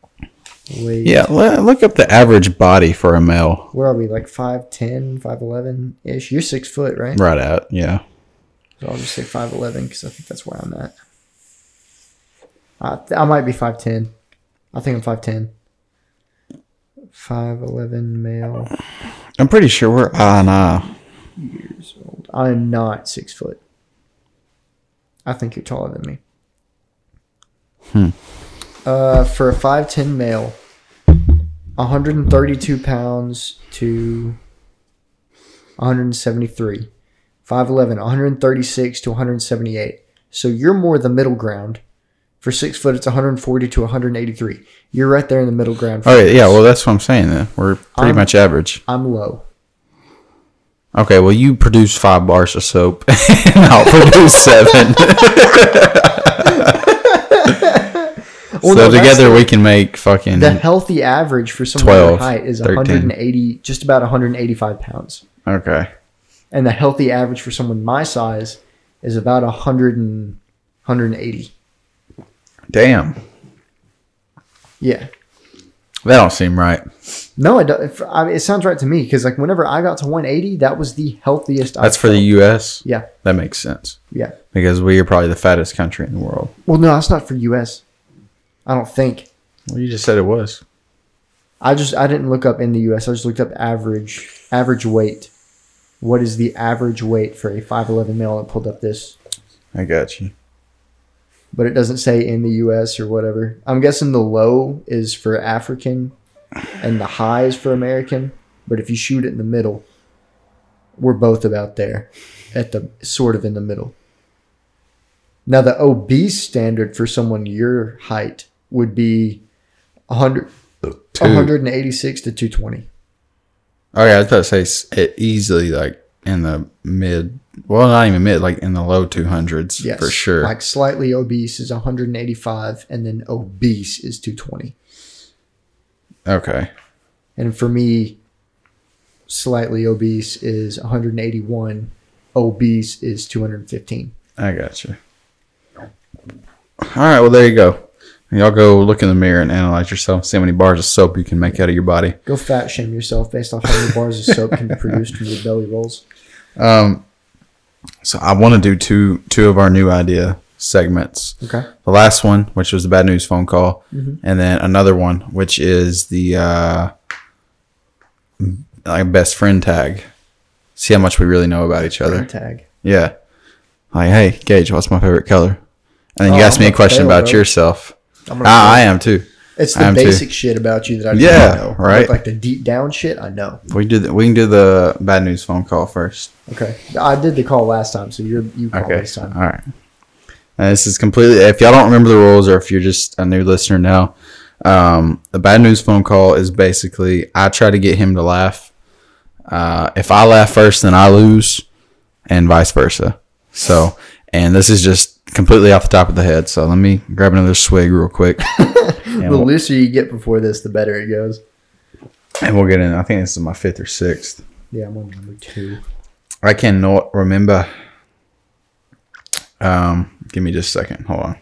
weight. Yeah, l- look up the average body for a male. Where are we? Like 5'10", 5'11 ish. You're six foot, right? Right at yeah. So I'll just say 5'11 because I think that's where I'm at. I, th- I might be 5'10. I think I'm 5'10. 5'11 male I'm pretty sure we're ah nah. years old. I am not six foot. I think you're taller than me. Hmm. Uh, for a 5'10 male, 132 pounds to 173. 5'11, 136 to 178. So you're more the middle ground. For six foot, it's 140 to 183. You're right there in the middle ground. for All right, this. Oh, yeah, well, that's what I'm saying. Then we're pretty I'm- much average. I'm low. Okay, well, you produce five bars of soap, and I'll produce seven. Well, so no, that's together we can make fucking. The healthy average for someone 12, your height is 13. 180, just about 185 pounds, okay, and the healthy average for someone my size is about 100 and 180. damn, Yeah. that don't seem right. No, it, don't- if- I mean, it sounds right to me because like whenever I got to 180, that was the healthiest. I That's for the felt. U.S. Yeah. That makes sense. Yeah. because we are probably the fattest country in the world. Well, no, that's not for U.S. I don't think. Well, you just said it was. I just I didn't look up in the U.S. I just looked up average average weight. What is the average weight for a 5'11 male? I pulled up this, I got you. but it doesn't say in the U.S. or whatever. I'm guessing the low is for African, and the high is for American. But if you shoot it in the middle, we're both about there, at the sort of in the middle. Now the obese standard for someone your height would be 100, Two. 186 to 220. Okay, I was about to say s- it easily like in the mid. Well, not even mid, like in the low two hundreds Yes, for sure. Like slightly obese is 185, and then obese is 220. okay, And for me, slightly obese is 181. Obese is 215. I got you. All right, well there you go. Y'all go look in the mirror and analyze yourself. See how many bars of soap you can make out of your body. Go fat shame yourself based off how many bars of soap can be produced from your belly rolls. Um, so I want to do two two of our new idea segments. Okay. The last one, which was the bad news phone call, Mhm. and then another one, which is the uh, like best friend tag. See how much we really know about each other. Tag. Yeah. Like, hey, Gage, what's my favorite color? And then you Oh, asked me a I'm a question fail, about bro. yourself. I'm gonna Ah, I, I am too. it's I the am too. basic shit about you that I don't Yeah, know. right. Like, like the deep down shit, I know. We do. The, we can do the bad news phone call first. Okay. I did the call last time, so you're, you call Okay. this time. All right. And this is completely. If y'all don't remember the rules, or if you're just a new listener now, um, the bad news phone call is basically I try to get him to laugh. Uh, if I laugh first, then I lose, and vice versa. So, and this is just completely off the top of the head. So let me grab another swig real quick, and, The we'll, looser you get before this, the better it goes. and we'll get in. I think this is my fifth or sixth. Yeah, I'm on number two. I cannot remember. Um, give me just a second. Hold on.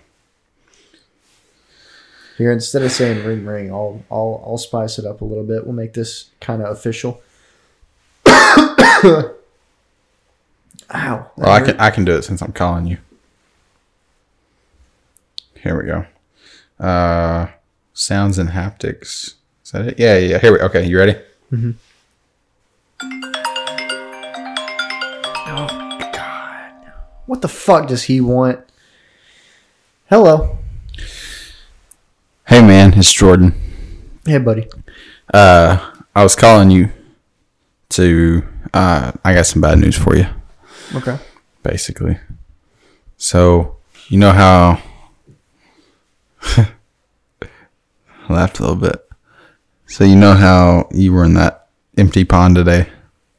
Here, instead of saying ring ring, I'll I'll I'll spice it up a little bit. We'll make this kind of official. Ow. that Well, Oh, I can hurt. I can do it since I'm calling you. Here we go. Uh, sounds and haptics. Is that it? Yeah, yeah. yeah. Here we. Okay, you ready? Mhm. Oh God! What the fuck does he want? Hello. Hey man, it's Jordan. Hey buddy. Uh, I was calling you to. Uh, I got some bad news for you, Okay. basically. So you know how. I laughed a little bit. So you know how you were in that empty pond today.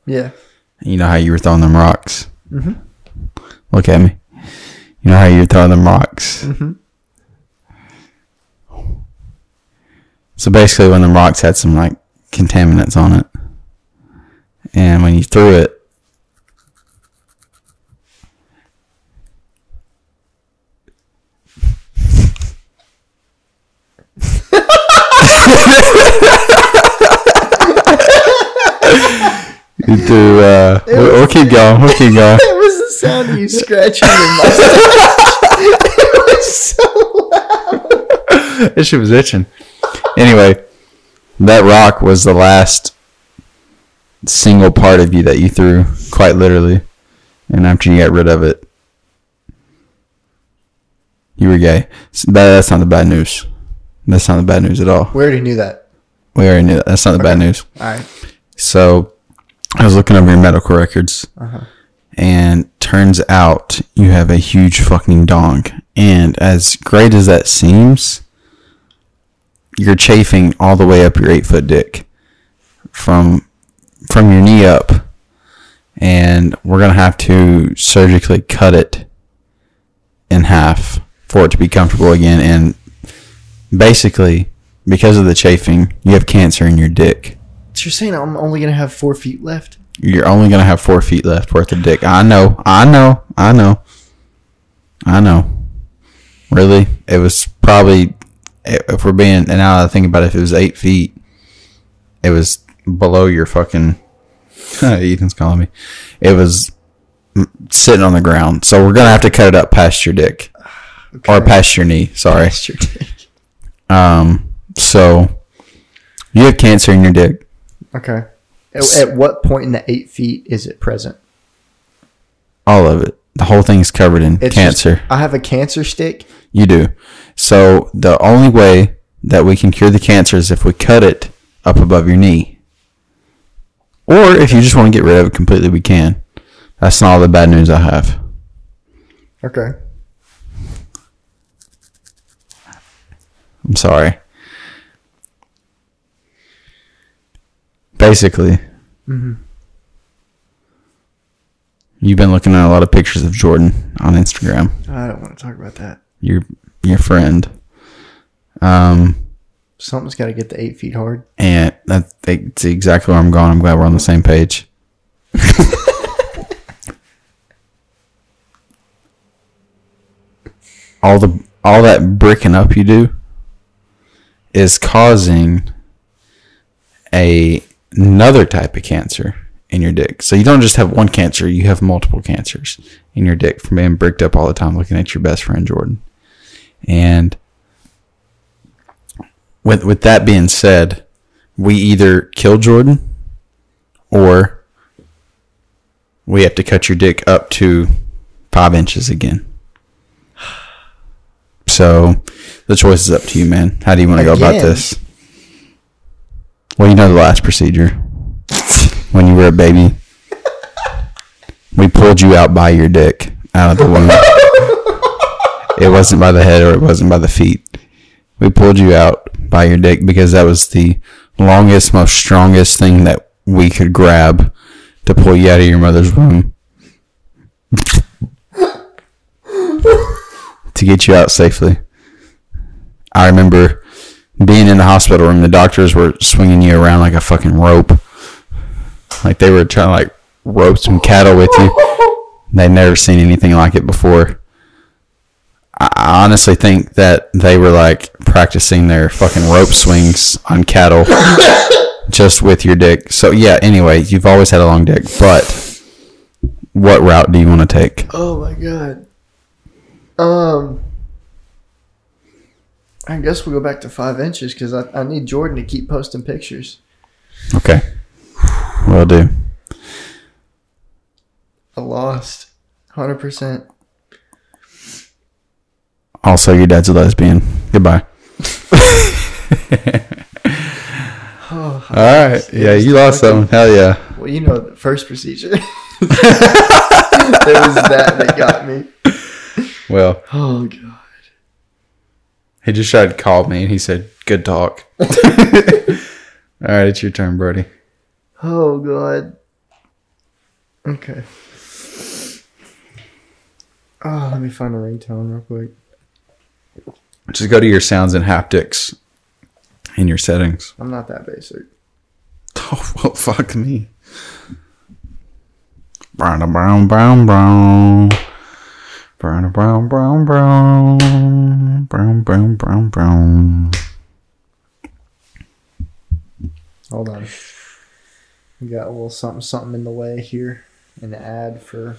Yeah. You know how you were throwing them rocks? Mhm. Look at me. You know how you were throwing them rocks? Mhm. So basically, when the rocks had some like contaminants on it, and when you threw it, you threw. Uh, we'll, we'll keep going. We'll keep going. It was the sound of you scratching your mustache. it was so loud. this shit was itching. Anyway, that rock was the last single part of you that you threw, quite literally. And after you got rid of it, you were gay. S- that- that's not the bad news. That's not the bad news at all. We already knew that. We already knew that. That's not the bad news. All right. So I was looking over your medical records, Uh-huh. and turns out you have a huge fucking dong. And as great as that seems, you're chafing all the way up your eight foot dick from from your knee up. And we're gonna have to surgically cut it in half for it to be comfortable again and basically because of the chafing, you have cancer in your dick. So you're saying I'm only gonna have four feet left? You're only gonna have four feet left worth of dick. I know, I know, I know, I know. Really, it was probably if we're being and now that I think about it, if it was eight feet, it was below your fucking. Ethan's calling me. It was sitting on the ground, so we're gonna have to cut it up past your dick Okay. or past your knee. Sorry. Past your dick. Um. So you have cancer in your dick. Okay. At, at what point in the eight feet is it present? All of it. The whole thing's covered in It's cancer. just- I have a cancer stick. you do. So the only way that we can cure the cancer is if we cut it up above your knee. Or if you just want to get rid of it completely, we can. That's not all the bad news I have. Okay. I'm sorry. Basically, you've been looking at a lot of pictures of Jordan on Instagram. I don't want to talk about that. Your your friend. Um. Something's got to get the eight feet hard. And that, that's exactly where I'm going. I'm glad we're on the same page. all the all that bricking up you do is causing a another type of cancer in your dick. So you don't just have one cancer, you have multiple cancers in your dick from being bricked up all the time looking at your best friend Jordan. And with with that being said, we either kill Jordan or we have to cut your dick up to five inches again. So the choice is up to you, man. How do you want to go about Again? this? Well, you know the last procedure. when you were a baby, we pulled you out by your dick out of the womb. it wasn't by the head or it wasn't by the feet. We pulled you out by your dick because that was the longest, most strongest thing that we could grab to pull you out of your mother's womb. to get you out safely. I remember being in the hospital room, the doctors were swinging you around like a fucking rope. Like they were trying to like rope some cattle with you. They'd never seen anything like it before. I- I honestly think that they were like practicing their fucking rope swings on cattle just with your dick. So yeah, anyway, you've always had a long dick, but what route do you want to take? Oh my god. Um. I guess we'll go back to five inches because I, I need Jordan to keep posting pictures. Okay. Will do. I lost. 100%. Also, your dad's a lesbian. Goodbye. Oh, All right. Yeah, you lost that one. Hell yeah. well, you know, the first procedure. it was that that got me. Well, Oh, God. he just tried to call me and he said, good talk. All right, it's your turn, Brody. Oh, God. Okay. Oh, let me find a ringtone real quick. Just go to your sounds and haptics in your settings. I'm not that basic. Oh, well, fuck me. Brown, brown, brown, brown. Brown, brown, brown, brown. Brown, brown, brown, brown. Hold on. We got a little something something in the way here. An ad for.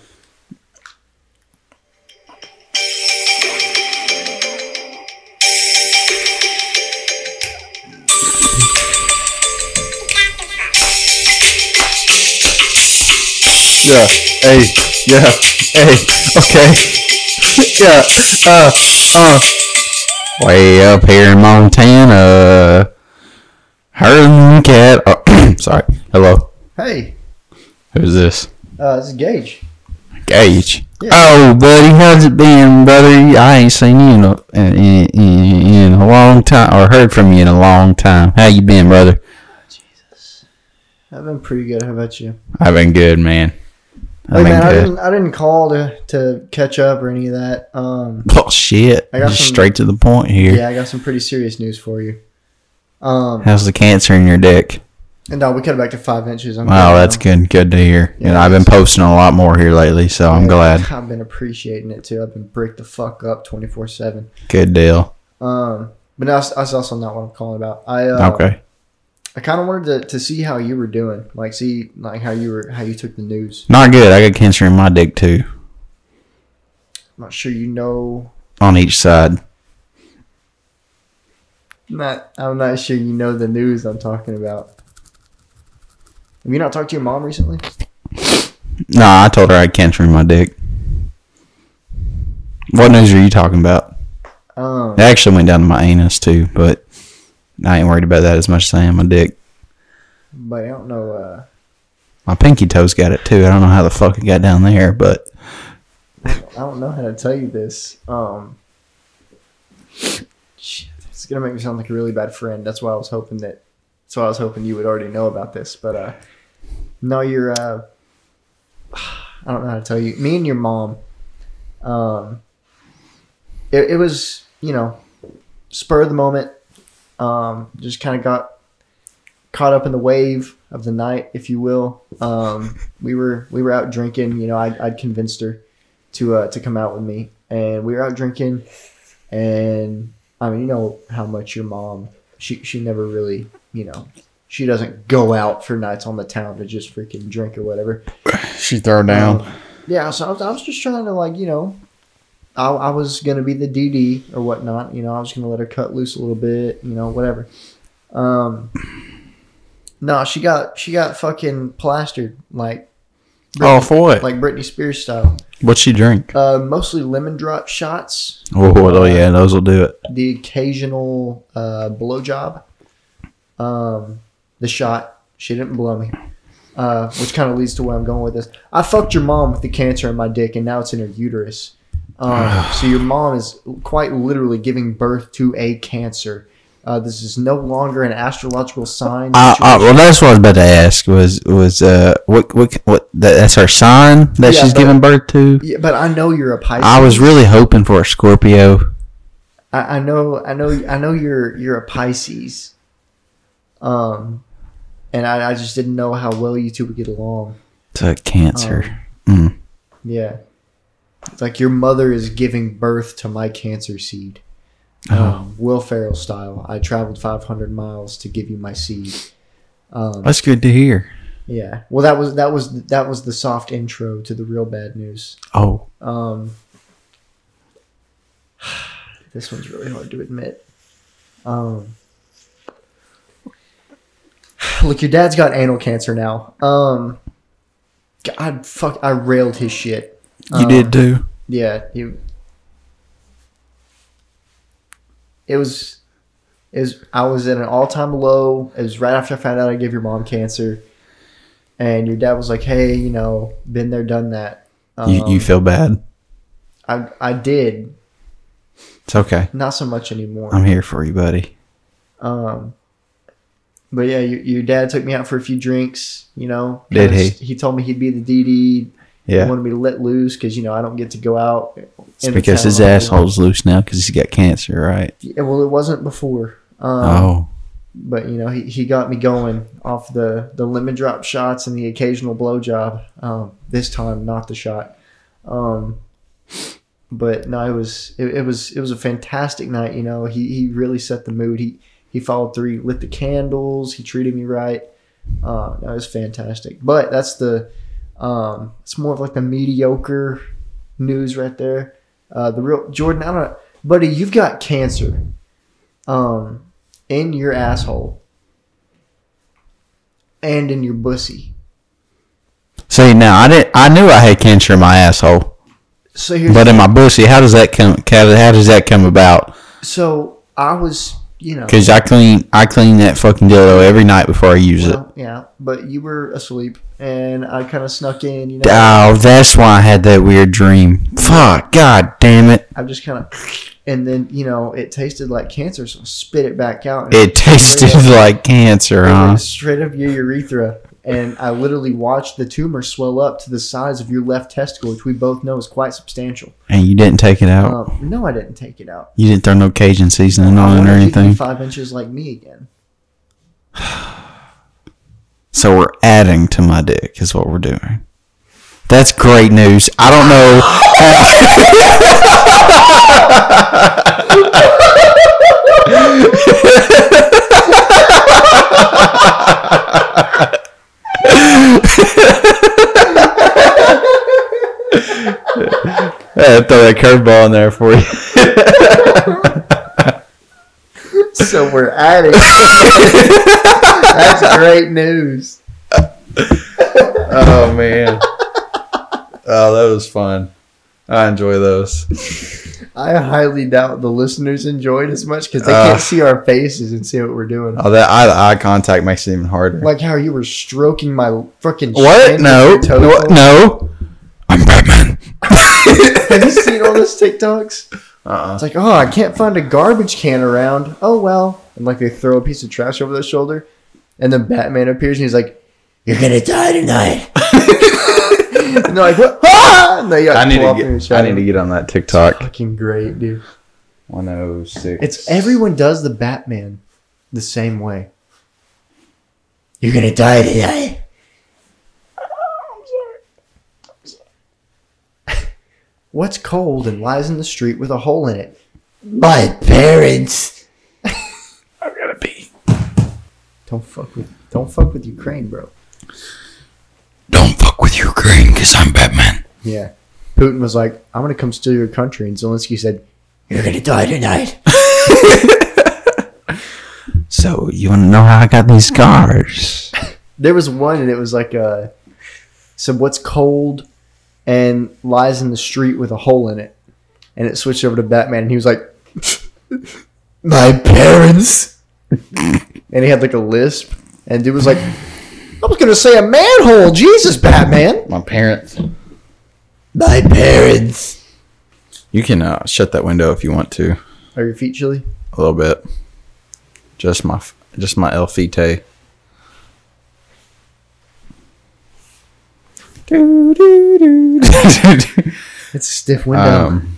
Yeah. Hey. Yeah. Hey. Okay. yeah. Uh. Uh. Way up here in Montana. Herding cat. Oh, sorry. Hello. Hey, Who's this? uh, this is Gage. age. Yeah. Oh, buddy, how's it been, brother? I ain't seen you in a, in, in, in a long time, or heard from you in a long time. How you been, brother? I've been pretty good. How about you? I've been good, man. I've been Hey, man, I good. didn't I didn't call to to catch up or any of that. Um, oh shit! I got Just some- straight to the point here. yeah, I got some pretty serious news for you. Um, How's the cancer in your dick? and no, we cut it back to five inches. I'm Wow, good that's now. good. Good to hear. Yeah, and I've been it's- posting a lot more here lately, so I'm Yeah, glad. I've been appreciating it too. I've been bricked the fuck up twenty four seven. Good deal. Um, but that's, that's also not what I'm calling about. I uh, okay. I kind of wanted to, to see how you were doing, like see like how you were how you took the news. Not good. I got cancer in my dick too, I'm not sure you know. on each side. Not I'm not sure you know the news I'm talking about. Have you not talked to your mom recently? Nah, I told her I had cancer in my dick. What news are you talking about? Um, It actually went down to my anus too, but I ain't worried about that as much as I am my dick. but I don't know. Uh, My pinky toes got it too. I don't know how the fuck it got down there, but I don't know how to tell you this. Um, shit, it's gonna make me sound like a really bad friend. That's why I was hoping that. That's why I was hoping you would already know about this. But uh, no, you're. Uh, I don't know how to tell you. Me and your mom. Um, it, it was you know, spur of the moment. Um, just kind of got caught up in the wave of the night, if you will. Um, we were we were out drinking. You know, I, I'd convinced her to uh, to come out with me, and we were out drinking, and I mean, you know how much your mom she she never really you know she doesn't go out for nights on the town to just freaking drink or whatever. she throw Um, yeah, so I was, I was just trying to like you know, I, I was gonna be the DD or whatnot. You know, I was gonna let her cut loose a little bit. You know, whatever. Um, no, she got she got fucking plastered like Oh, for what? like Britney Spears style. What'd she drink? Uh, mostly lemon drop shots, Oh, oh yeah, those will do it. the occasional uh, blowjob, um, the shot. She didn't blow me. Uh, which kind of leads to where I'm going with this. I fucked your mom with the cancer in my dick, and now it's in her uterus. Um, so your mom is quite literally giving birth to a cancer. Uh, this is no longer an astrological sign. I, I, well, that's what I was about to ask. Was was uh what what what that, that's her sign that Yeah, she's but- giving birth to? yeah, but I know you're a Pisces. I was really hoping for a Scorpio. I, I know, I know, I know you're you're a Pisces, um, and I, I just didn't know how well you two would get along. to cancer. Yeah, it's like your mother is giving birth to my cancer seed, Oh. um, Will Ferrell style. I traveled 500 miles to give you my seed. Um, That's good to hear. yeah, well, that was that was that was the soft intro to the real bad news. Oh, Um, this one's really hard to admit. Um, look, your dad's got anal cancer now. Um, God, fuck, I railed his shit. you did too. Yeah, you. It was, it was. I was at an all-time low. It was right after I found out I gave your mom cancer, and your dad was like, "Hey, you know, been there, done that." you you feel bad. I I did It's okay. not so much anymore. I'm here for you, buddy. Um, but yeah, your, your dad took me out for a few drinks. You know, Did kinda he? s- He told me he'd be the DD. He Yeah, wanted me to let loose because you know I don't get to go out. it's in the because town his like that. asshole's loose now because he's got cancer, right? Yeah, well, it wasn't before. Um, oh, But you know, he, he got me going off the the lemon drop shots and the occasional blowjob. Um, this time, not the shot. Um, but no, it was it, it was it was a fantastic night. You know, he he really set the mood. He he followed through. He lit the candles. He treated me right. Uh, no, it was fantastic. But that's the um, it's more of like the mediocre news right there. Uh, the real Jordan, I don't, buddy, you've got cancer. Um in your asshole and in your bussy. see now I didn't. I knew I had cancer in my asshole, So here's uh, but in my pussy, how does that come? How does that come about? so I was you know. Cause I clean, I clean that fucking dildo every night before I use it. well, yeah, but you were asleep, and I kind of snuck in. You know, Oh, that's why I had that weird dream. Fuck, god damn it! I just kind of, and then you know, it tasted like cancer, so I spit it back out. and It tasted straight up- like cancer, it huh? went straight up your urethra, and I literally watched the tumor swell up to the size of your left testicle, which we both know is quite substantial. And you didn't take it out. Um, no, I didn't take it out. You didn't throw no Cajun seasoning I on it wanted or you to be anything. Five inches like me again. So we're adding to my dick is what we're doing. That's great news. I don't know. Yeah, throw that curveball in there for you. So we're at it. That's great news. Oh man. oh, that was fun. I enjoy those. I highly doubt the listeners enjoyed as much because they Uh. can't see our faces and see what we're doing. Oh, that eye, eye contact makes it even harder. Like how you were stroking my freaking What? chin No. with your No. toe. no. I'm Batman. Have you seen all those TikToks? Uh-uh. It's like, oh, I can't find a garbage can around. Oh well, and like they throw a piece of trash over their shoulder, and then Batman appears and he's like, "You're gonna die tonight." and they're like, "What?" Ah! And they, like, I need pull to off their get. I shadow. need to get on that TikTok. Fucking great, dude. 106. It's everyone does the Batman the same way. You're gonna die tonight. What's cold and lies in the street with a hole in it? My parents. I gotta be. Don't fuck with. Don't fuck with Ukraine, bro. Don't fuck with Ukraine, cause I'm Batman. Yeah. Putin was like, "I'm gonna come steal your country," and Zelensky said, "You're gonna die tonight." So you wanna know how I got these scars? There was one, and it was like, uh, said, "What's cold and lies in the street with a hole in it," and it switched over to Batman, and he was like, "My parents," and he had like a lisp, and dude was like, "I was gonna say a manhole, Jesus, Batman." My parents. My parents. You can uh, shut that window if you want to. Are your feet chilly? A little bit. Just my. f- Just my El Fite. Do, do, do, do, do. It's a stiff window. Um,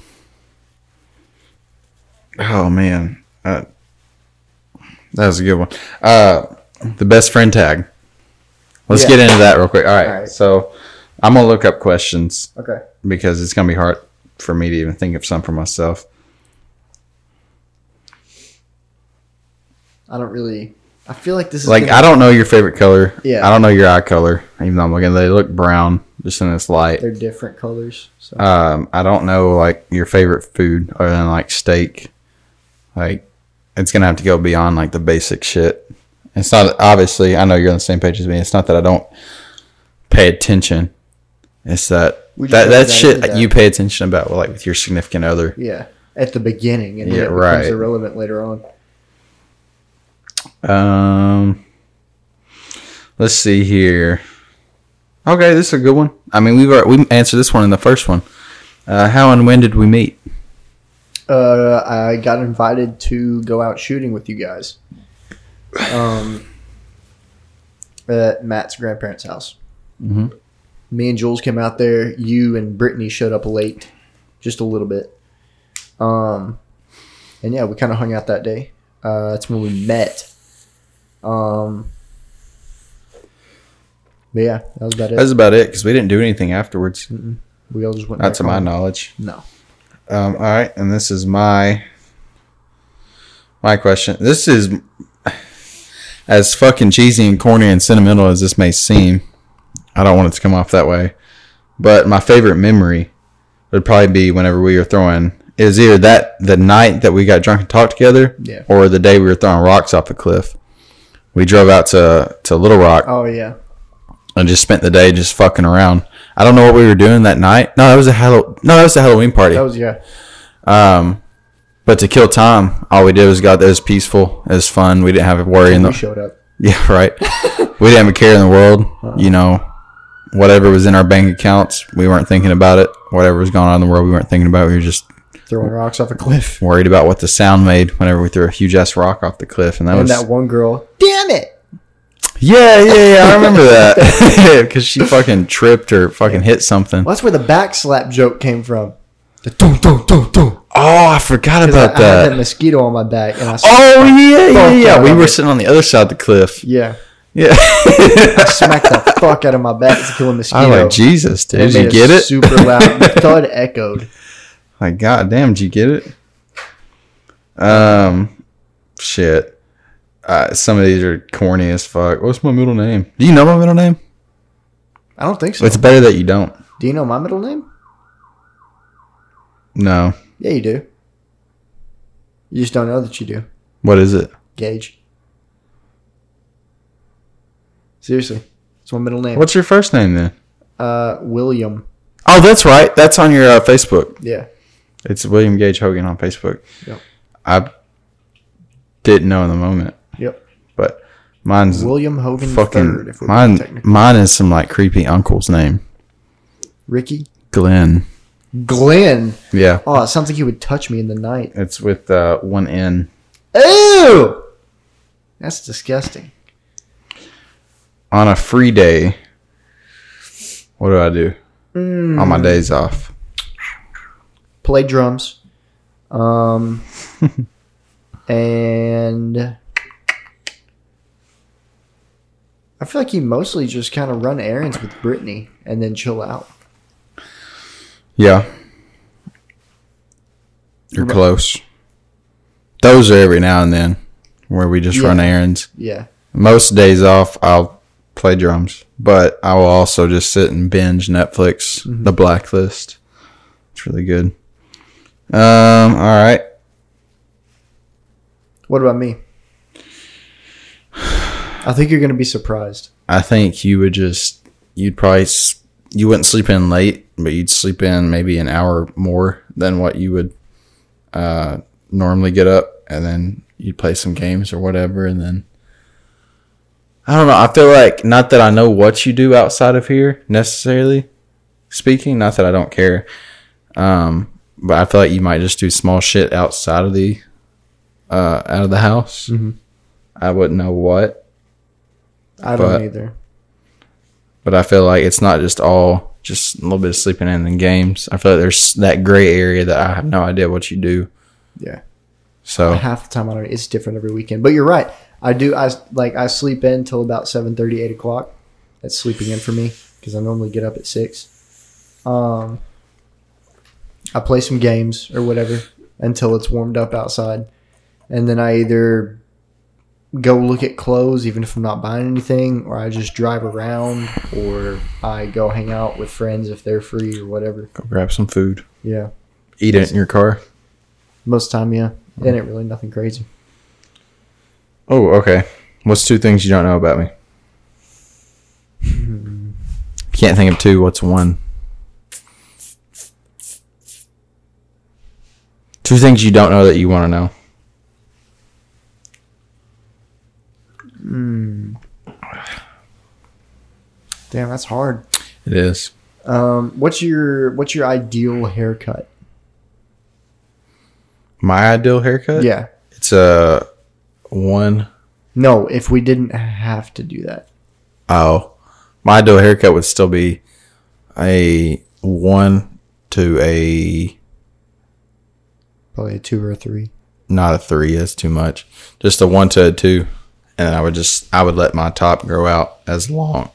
oh man, uh, that was a good one. Uh, the best friend tag. Let's Yeah. get into that real quick. All right, All right. so I'm gonna look up questions okay. because it's gonna be hard for me to even think of some for myself. I don't really. I feel like this is Like gonna- I don't know your favorite color. Yeah. I don't know your eye color, even though I'm looking. They look brown just in this light. they're different colors. So Um, I don't know like your favorite food other than like steak. Like it's gonna have to go beyond like the basic shit. It's not obviously I know you're on the same page as me. It's not that I don't pay attention. It's that We just that, got that that shit into that you pay attention about like with your significant other. yeah, at the beginning, and then Yeah, it becomes right. irrelevant later on. Um let's see here. Okay, this is a good one. I mean we've already, we answered this one in the first one. Uh, how and when did we meet? Uh, I got invited to go out shooting with you guys. Um, at Matt's grandparents' house. Mhm. Me and Jules came out there. You and Brittany showed up late, just a little bit. Um, and yeah, we kind of hung out that day. Uh, that's when we met. Um, but yeah, that was about it. That's about it because we didn't do anything afterwards. we all just went. Not back to my home. knowledge. No. Um, all right, and this is my my question. This is as fucking cheesy and corny and sentimental as this may seem. I don't want it to come off that way, but my favorite memory would probably be whenever we were throwing. It was either that the night that we got drunk and talked together, Yeah. or the day we were throwing rocks off a cliff. We drove out to to Little Rock Oh yeah. and just spent the day just fucking around. I don't know what we were doing that night. No, that was a Hall- no, that was a Halloween party. That was yeah. Um, But to kill time, all we did was got there. It was peaceful. It was fun. We didn't have a worry in We the showed up. yeah right. we didn't have a care in the world. You know, whatever was in our bank accounts, we weren't thinking about it. Whatever was going on in the world, we weren't thinking about. it. We were just throwing rocks off a cliff. worried about what the sound made whenever we threw a huge ass rock off the cliff, and that And was that one girl, damn it! yeah yeah yeah. I remember that because she fucking tripped or fucking hit something. Well, that's where the back slap joke came from. The dun dun dun dun. Oh, I forgot 'Cause I, about I had that. that mosquito on my back, and I s- uh, Oh yeah, yeah, Fuck yeah. yeah, We I were mean- sitting on the other side of the cliff. yeah, Yeah. smacked the fuck out of my back to kill a mosquito. I was like, Jesus, It dude, did made you a get it? Super loud. The thud echoed. Like, god damn, did you get it? Um, shit. Uh, some of these are corny as fuck. What's my middle name? Do you know my middle name? I don't think so. It's better that you don't. do you know my middle name? No. Yeah, you do. You just don't know that you do, What is it? Gage. Seriously, it's my middle name. What's your first name then? Uh, William. Oh, that's right. That's on your uh, Facebook. Yeah. It's William Gage Hogan on Facebook. Yep. I didn't know in the moment. Yep. But mine's William Hogan fucking III, if we're being mine. technical. Mine is some like creepy uncle's name, Ricky. Glenn. Glenn. Yeah, Oh, it sounds like he would touch me in the night. it's with uh, one N. Ew! That's disgusting. On a free day, what do I do on my days off? Hmm. Play drums. Um, and I feel like he mostly just kind of run errands with Brittany and then chill out. Yeah, you're close. Those are every now and then where we just Yeah. run errands. Yeah. Most days off, I'll play drums, but I will also just sit and binge Netflix, Mm-hmm. The Blacklist. It's really good. Um, all right. What about me? I think you're going to be surprised. I think you would just you'd probably s- you wouldn't sleep in late, but you'd sleep in maybe an hour more than what you would uh, normally get up, and then you'd play some games or whatever, and then I don't know. I feel like not that I know what you do outside of here necessarily speaking. Not that I don't care, um, but I feel like you might just do small shit outside of the uh, out of the house. Mhm. I wouldn't know what, I don't But- either. but I feel like it's not just all just a little bit of sleeping in and games. I feel like there's that gray area that I have no idea what you do. Yeah. So half the time I don't. It's different every weekend, but you're right. I do. I like I sleep in till about 7:30, 8 o'clock. That's sleeping in for me because I normally get up at six. Um, I play some games or whatever until it's warmed up outside, and then I either go look at clothes, even if I'm not buying anything, or I just drive around, or I go hang out with friends if they're free or whatever. go grab some food, Yeah, eat it in your car. most time, yeah, it ain't really nothing crazy. Oh, okay. What's two things you don't know about me? Hmm. Can't think of two. What's one? Two things you don't know that you want to know. Damn, that's hard. It is. Um, what's your what's your ideal haircut? My ideal haircut? Yeah. It's a one. No, if we didn't have to do that. Oh, my ideal haircut would still be a one to a Probably a two or a three. not a three. That's too much. Just a one to a two, and I would just I would let my top grow out as long,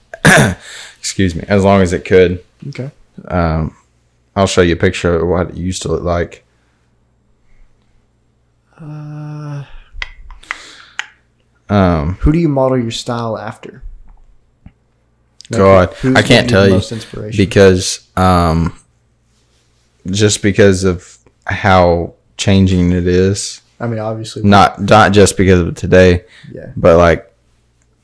excuse me, as long as it could. Okay. Um, I'll show you a picture of what it used to look like. Uh, Um, who do you model your style after? God, who's I can't given tell the you Most inspiration. because um, just because of how changing it is. I mean, obviously. Not not just because of today, Yeah. but like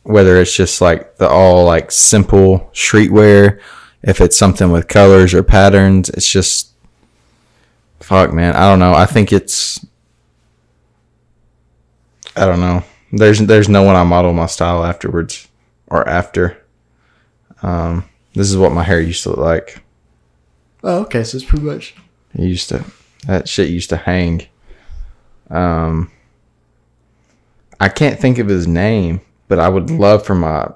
whether it's just like the all like simple streetwear if it's something with colors or patterns it's just fuck man i don't know i think it's I don't know. There's there's no one I model my style afterwards or after. Um, this is what my hair used to look like. Oh, okay. So it's pretty much. It used to that shit used to hang. Um, I can't think of his name, but I would love for my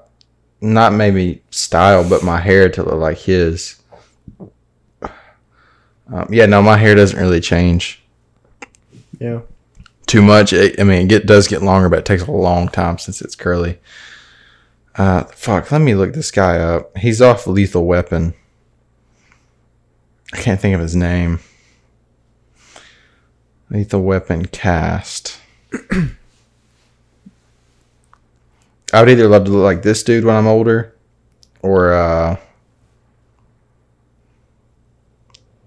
not maybe style, but my hair to look like his. Um, yeah, no, my hair doesn't really change Yeah. too much. It, I mean, it get, does get longer, but it takes a long time since it's curly. Uh, fuck, let me look this guy up. He's off Lethal Weapon. I can't think of his name. Lethal Weapon cast. I would either love to look like this dude when I'm older, or uh,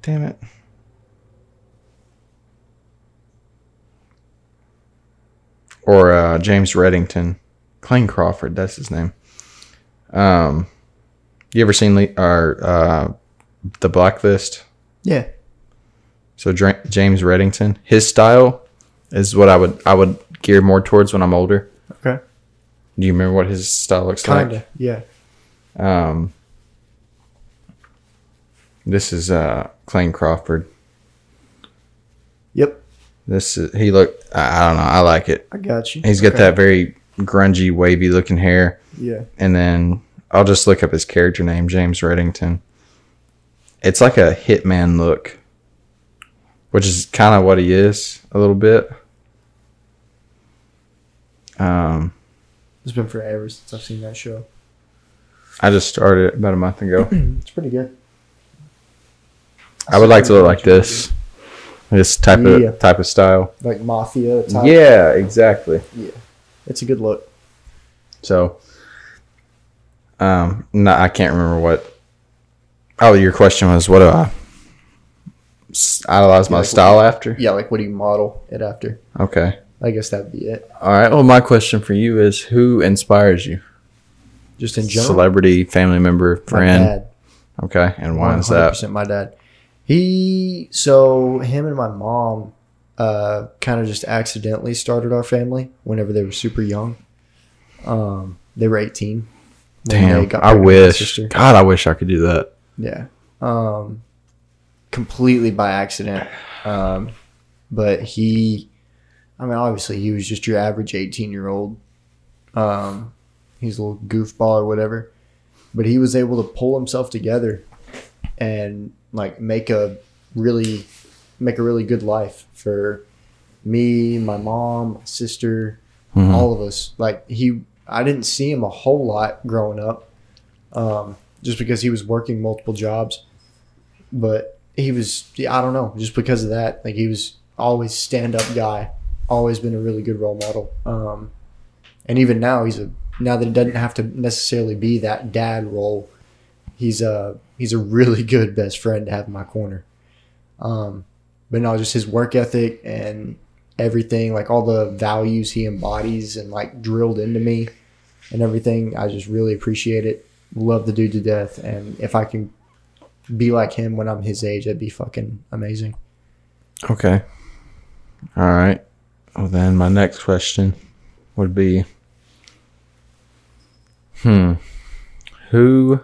damn it, or uh, James Reddington, Clayne Crawford. That's his name. Um, you ever seen Le- or uh, the Blacklist? Yeah. So Dra- James Reddington, his style is what I would I would gear more towards when I'm older. Okay. Do you remember what his style looks Kinda. Yeah. like? Um, this is uh Clayne Crawford. Yep. This is he look. I, I don't know. I like it. I got you. He's got Okay. that very grungy, wavy looking hair, Yeah. and then I'll just look up his character name, James Reddington. It's like a hitman look, which is kind of what he is a little bit. Um, It's been forever since I've seen that show. I just started it about a month ago. It's pretty good. I would like to look like this. This type Yeah. of type of style. Like mafia type. Yeah, exactly. It's a good look. So um no, I can't remember what Oh, your question was what do I s- idolize my Like what- style after? Yeah. Like what do you model it after? Okay. I guess that'd be it. All right. Well, my question for you is who inspires you? Just in general. Celebrity, family member, My friend. dad. Okay. And why is 100% that? My dad. He so him and my mom uh, kind of just accidentally started our family whenever they were super young. Um, they were eighteen. when Damn. I pregnant with my wish. God, I wish I could do that. Yeah. Um, completely by accident. Um, but he, I mean, obviously he was just your average 18 year old. Um, he's a little goofball or whatever, but he was able to pull himself together and like make a really, make a really good life for me, my mom, my sister, Mhm. all of us. Like he, I didn't see him a whole lot growing up, um, just because he was working multiple jobs. But he was, yeah, I don't know, just because of that, like he was always stand up guy, always been a really good role model. Um, and even now, he's a now that it doesn't have to necessarily be that dad role. He's a he's a really good best friend to have in my corner. Um, but no, just his work ethic and everything, like all the values he embodies and like drilled into me and everything. I just really appreciate it. Love the dude to death. And if I can be like him when I'm his age, that'd be fucking amazing. Okay. All right. Well, then my next question would be Hmm. Who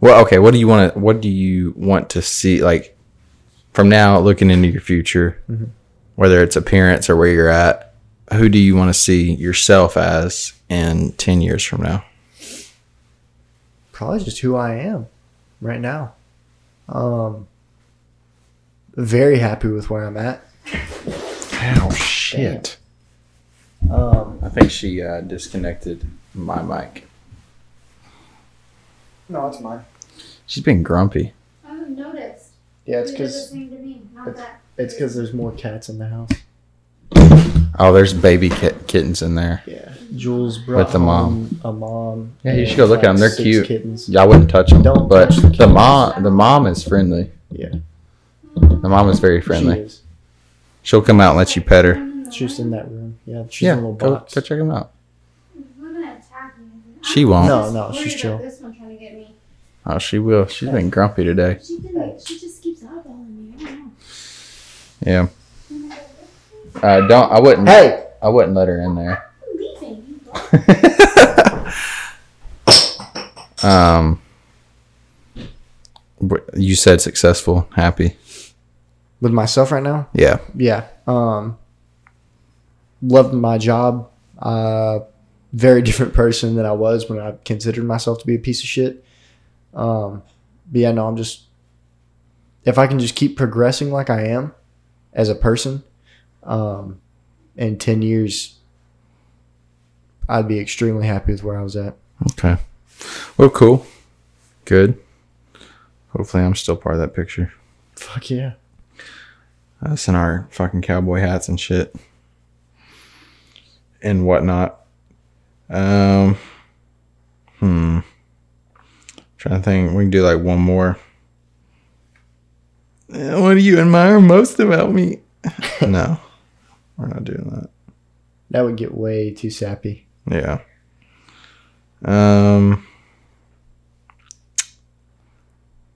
Well, okay, what do you want to what do you want to see like from now looking into your future, Mhm. whether it's appearance or where you're at, who do you want to see yourself as in 10 years from now? Probably just who I am right now. Um, very happy with where I'm at. Oh shit. Um, I think she uh, disconnected my mic. no, it's mine. She's been grumpy. I haven't noticed. Yeah, it's You're just because listening to me, not that. it's because there's more cats in the house. Oh, there's baby kit- kittens in there. Yeah, Jules brought brought the mom. home a mom. Yeah, you and, should go look at 'em. They're six cute. Kittens. Yeah, I wouldn't touch them. Don't but touch the the mom, the mom is friendly. Yeah, The mom is very She friendly. is. She'll come out and let you pet her. It's just in that room. Yeah, she's yeah, in a little go, box. go check them out. I'm gonna attack you. She won't. No, I'm no, just she's worried chill. about This one trying to get me. Oh, she will. She's been grumpy today. She didn't. She just keeps eyeballing me. I don't know. Yeah. Uh, don't. I wouldn't. Hey, I wouldn't let her in there. I'm leaving. You Um. wh- You said successful, happy. with myself right now, Yeah. yeah. Um, loved my job. Uh, very different person than I was when I considered myself to be a piece of shit. Um, but yeah, no, I'm just if I can just keep progressing like I am as a person, um, in ten years, I'd be extremely happy with where I was at. Okay. Well, cool. Good. Hopefully, I'm still part of that picture. Fuck yeah. Us in our fucking cowboy hats and shit. And whatnot. Um. Hmm. Trying to think. We can do like one more. Eh, What do you admire most about me? no. We're not doing that. That would get way too sappy. Yeah. Um.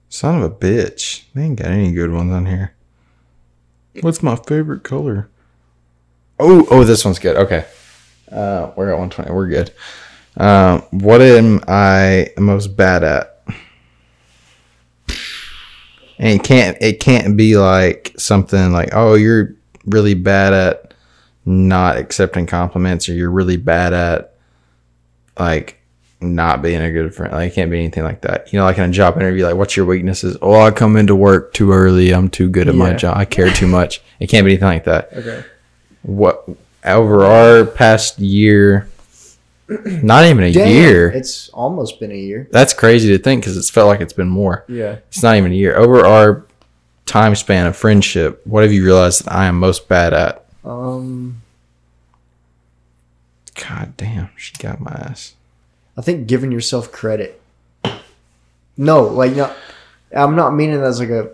Son of a bitch. They ain't got any good ones on here. What's my favorite color? Oh, oh, this one's good. Okay. Uh, we're at 120. We're good. Um, what am I most bad at? And it can't it can't be like something like, oh, you're really bad at not accepting compliments or you're really bad at like not being a good friend. Like it can't be anything like that. You know, like in a job interview, like what's your weaknesses? Oh, I come into work too early. I'm too good at my Yeah. job. I care too much. It can't be anything like that. Okay. What over our past year, not even a year. It's almost been a year. That's crazy to think because it's felt like it's been more. Yeah. It's not even a year. Over our time span of friendship, what have you realized that I am most bad at? Um, God damn, she got my ass. I think giving yourself credit. No, like no, I'm not meaning that as like a,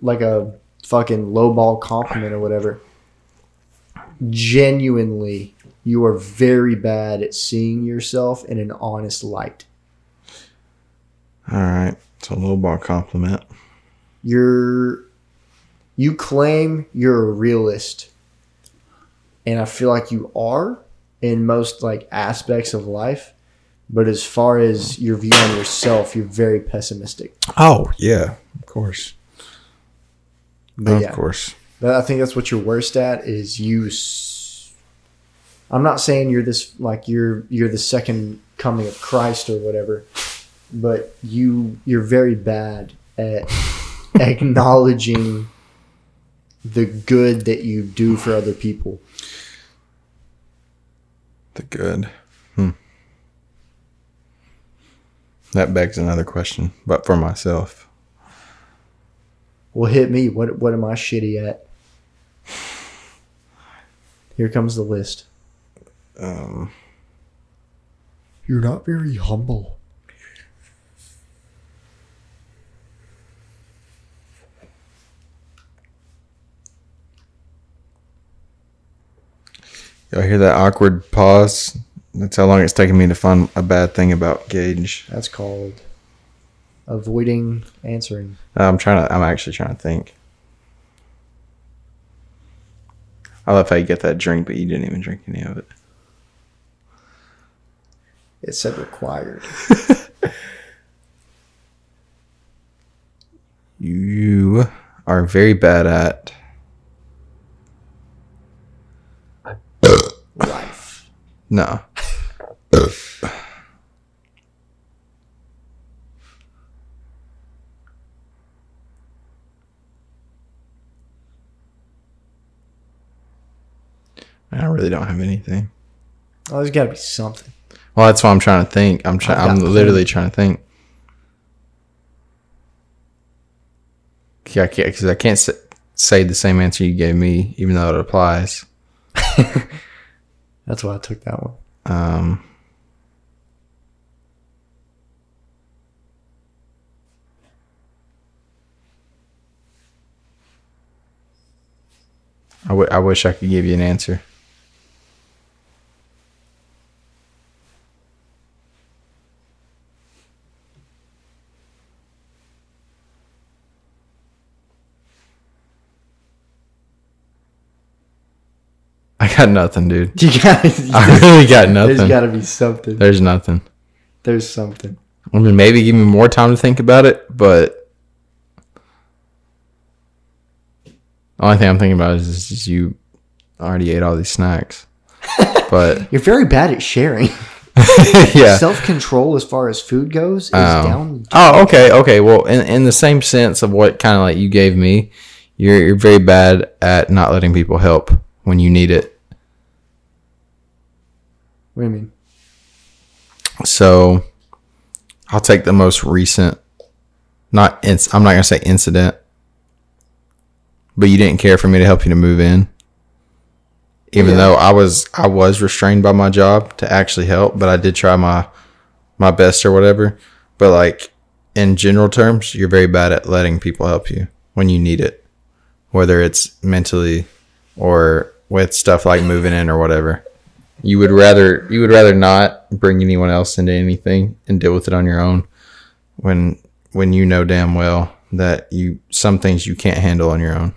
like a fucking lowball compliment or whatever. Genuinely, you are very bad at seeing yourself in an honest light. All right. It's a low bar compliment. You're, you claim you're a realist, and I feel like you are in most like aspects of life. But as far as your view on yourself, you're very pessimistic. Oh, yeah. Of course. But of yeah, course. that, I think that's what you're worst at is you. S- I'm not saying you're this like you're you're the second coming of Christ or whatever, but you you're very bad at acknowledging the good that you do for other people. The good. Hmm. That begs another question, but for myself. Well, hit me. What what am I shitty at? Here comes the list. Um, You're not very humble. y'all hear that awkward pause? That's how long it's taken me to find a bad thing about Gage. That's called avoiding answering. Uh, I'm trying to, I'm actually trying to think. I love how you get that drink, but you didn't even drink any of it. It said required. You are very bad at Life. no. I really don't have anything. Oh, there's got to be something. Well, that's what I'm trying to think. I'm trying. I've got I'm plenty. literally trying to think. Yeah, because I can't sa- say the same answer you gave me, even though it applies. That's why I took that one. Um, I, w- I wish I could give you an answer. got nothing, dude. You got. I really got There's nothing. got to be something. There's nothing. There's something. I mean, maybe give me more time to think about it, but the only thing I'm thinking about is, is you already ate all these snacks. But You're very bad at sharing. yeah. Self control as far as food goes is Oh. down. Oh, okay, okay. Well, in, in the same sense of what kind of like you gave me, you're, you're very bad at not letting people help when you need it. What do you mean? So I'll take the most recent, not inc- I'm not gonna say incident, but you didn't care for me to help you to move in, even Yeah. though I was I was restrained by my job to actually help, but I did try my my best or whatever. But like in general terms, you're very bad at letting people help you when you need it, whether it's mentally or with stuff like moving in or whatever. You would rather you would rather not bring anyone else into anything and deal with it on your own when when you know damn well that you some things you can't handle on your own.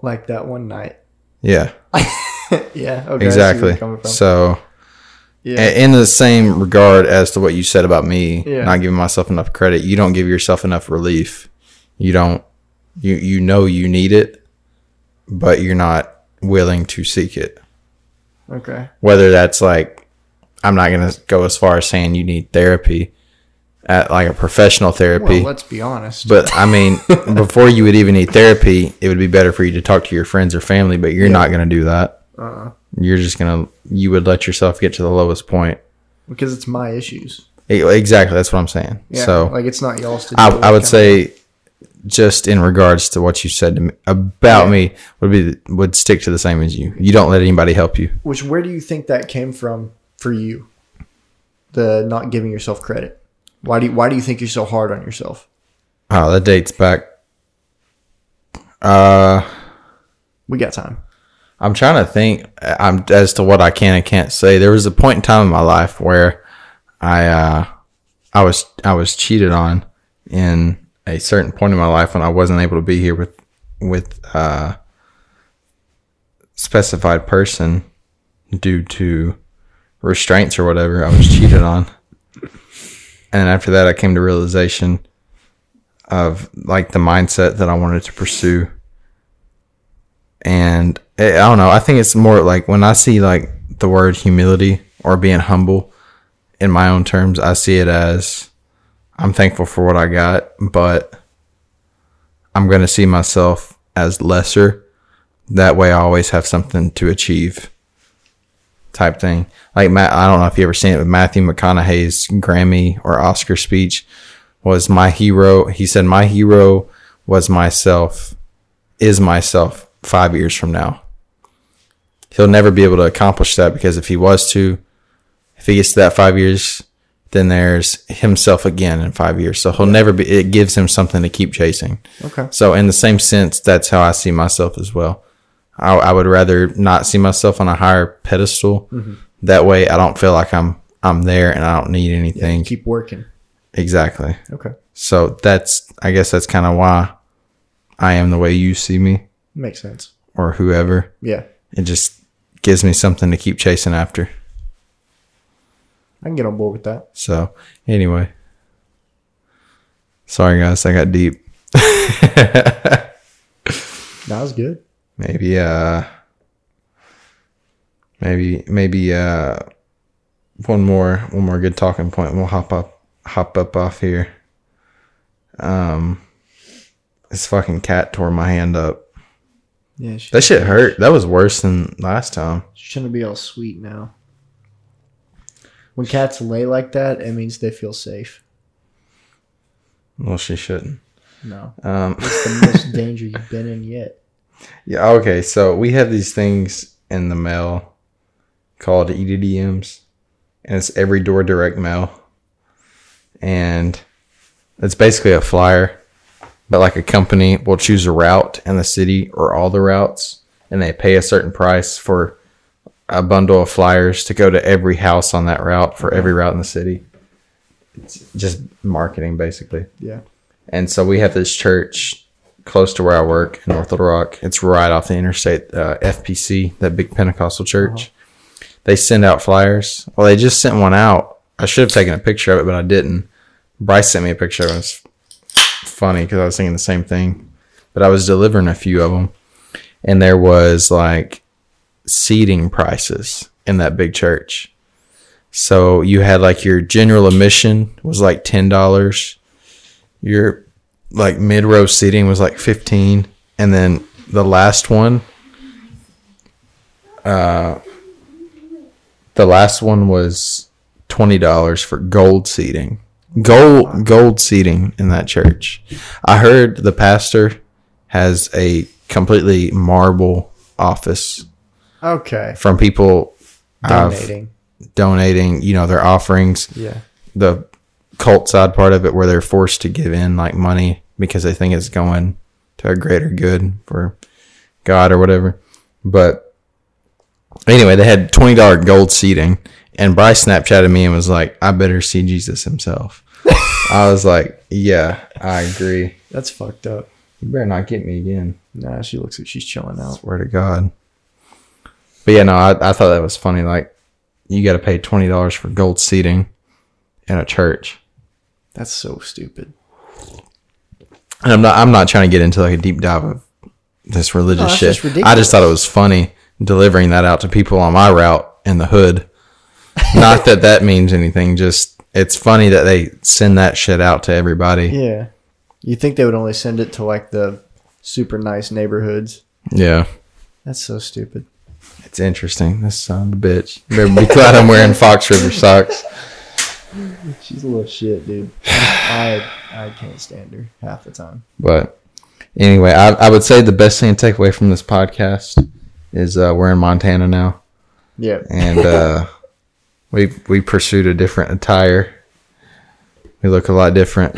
Like that one night. Yeah, yeah. Okay. I see where you're exactly. coming from. So eh, yeah. a- in the same regard as to what you said about me Yeah. not giving myself enough credit, you don't give yourself enough relief. You don't you you know you need it, but you're not willing to seek it. okay. whether that's like I'm not gonna go as far as saying you need therapy at like a professional Well, therapy. let's be honest. but I mean, before you would even need therapy, it would be better for you to talk to your friends or family, but you're not gonna do that. Uh-uh. You're just gonna you would let yourself get to the lowest point. because it's my issues. E- Exactly, that's what I'm saying. Yeah. so like it's not y'all's to I, deal with I would kinda- say just in regards to what you said to me about me would be would stick to the same as you. You don't let anybody help you. Which where do you think that came from for you? The not giving yourself credit. Why do you, why do you think you're so hard on yourself? Oh, that dates back uh We got time. I'm trying to think uh, I'm as to what I can and can't say. There was a point in time in my life where I uh, I was I was cheated on in a certain point in my life when I wasn't able to be here with with uh specified person due to restraints or whatever. I was cheated on. And after that I came to realization of like the mindset that I wanted to pursue and eh, I don't know. I think it's more like when I see like the word humility or being humble in my own terms, I see it as I'm thankful for what I got, but I'm going to see myself as lesser. That way, I always have something to achieve. Type thing. Like Matt, I don't know if you ever seen it, but Matthew McConaughey's Grammy or Oscar speech was my hero. He said, "My hero was myself." is myself five years from now. He'll never be able to accomplish that because if he was to, if he gets to that five years, then there's himself again in five years. So he'll never be, it gives him something to keep chasing. Okay. So, in the same sense, that's how I see myself as well. I, I would rather not see myself on a higher pedestal. That way, I don't feel like I'm I'm there and I don't need anything. Keep working. exactly. Okay. So that's I guess that's kind of why I am the way you see me Makes sense. or whoever Yeah. it just gives me something to keep chasing after. I can get on board with that. So, anyway, sorry guys, I got deep. That was good. Maybe, uh, maybe, maybe, uh, one more, one more good talking point. and We'll hop up, hop up off here. Um, this fucking cat tore my hand up. Yeah. She, That shit hurt. That was worse than last time. she's trying to be all sweet now. When cats lay like that, it means they feel safe. Well, she shouldn't. No. Um, It's the most danger you've been in yet. Yeah, okay. So we have these things in the mail called E EDDMs, and it's every door direct mail. And it's basically a flyer, but like a company will choose a route in the city or all the routes, and they pay a certain price for a bundle of flyers to go to every house on that route for every route in the city. It's just marketing, basically. Yeah. And so we have this church close to where I work in North Little Rock. It's right off the interstate, uh, FPC, that big Pentecostal church. They send out flyers. Well, they just sent one out. I should have taken a picture of it, but I didn't. Bryce sent me a picture of it. It's funny because I was thinking the same thing, but I was delivering a few of them, and there was like seating prices in that big church. So you had like your general admission was like ten dollars, your like mid row seating was like fifteen, and then the last one, uh, the last one was twenty dollars for gold seating. Gold gold seating in that church. I heard the pastor has a completely marble office Okay. from people I've- Donating. donating, you know, their offerings, yeah. the cult side part of it where they're forced to give in like money because they think it's going to a greater good for God or whatever. But anyway, they had twenty dollar gold seating and Bryce Snapchatted me and was like, I better see Jesus himself. I was like, Yeah, I agree. That's fucked up. You better not get me again. Nah, she looks like she's chilling out. Swear to God. But yeah, no, I, I thought that was funny. Like, you got to pay twenty dollars for gold seating in a church. That's so stupid. And I'm not. I'm not trying to get into like a deep dive of this religious No, that's shit. just ridiculous. I just thought it was funny delivering that out to people on my route in the hood. not that that means anything. Just it's funny that they send that shit out to everybody. Yeah. Yeah. You think they would only send it to like the super nice neighborhoods? That's so stupid. it's interesting. This son of a bitch. Better be glad I'm wearing Fox River socks. She's a little shit, dude. I I can't stand her half the time. But anyway, I, I would say the best thing to take away from this podcast is uh, we're in Montana now, Yeah. and uh, we we pursued a different attire. We look a lot different.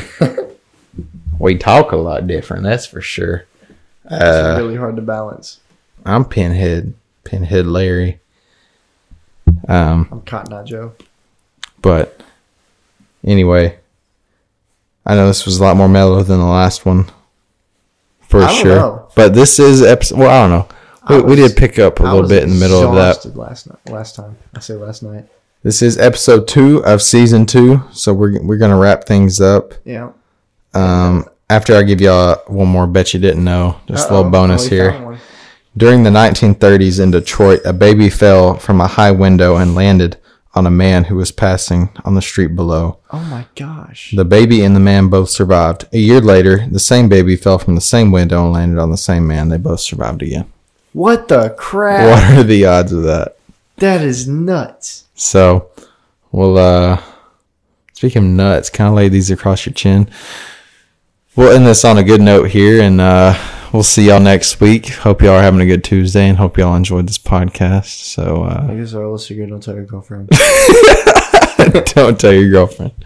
we talk a lot different. That's for sure. Uh, It's really hard to balance. I'm Pinhead, Pinhead Larry. Um, I'm Cotton Eye Joe. but anyway, I know this was a lot more mellow than the last one, for I don't sure. know. But this is episode. Well, I don't know. We, I we was- did pick up a I little was bit in the middle of that. exhausted Last night, last time I say last night. This is episode two of season two, so we're we're gonna wrap things up. Yeah. Um, after I give y'all one more bet you didn't know, just a Uh-oh, Oh, little bonus we here. found one. During the 1930s in Detroit, a baby fell from a high window and landed on a man who was passing on the street below. Oh my gosh. The baby and the man both survived. A year later, the same baby fell from the same window and landed on the same man. They both survived again. What the crap? What are the odds of that? That is nuts. So, we'll uh, speaking of nuts, kind of lay these across your chin. We'll end this on a good note here, and uh, we'll see y'all next week. Hope y'all are having a good Tuesday, and hope y'all enjoyed this podcast. So, I uh, guess our listener don't tell your girlfriend. uh, don't tell your girlfriend.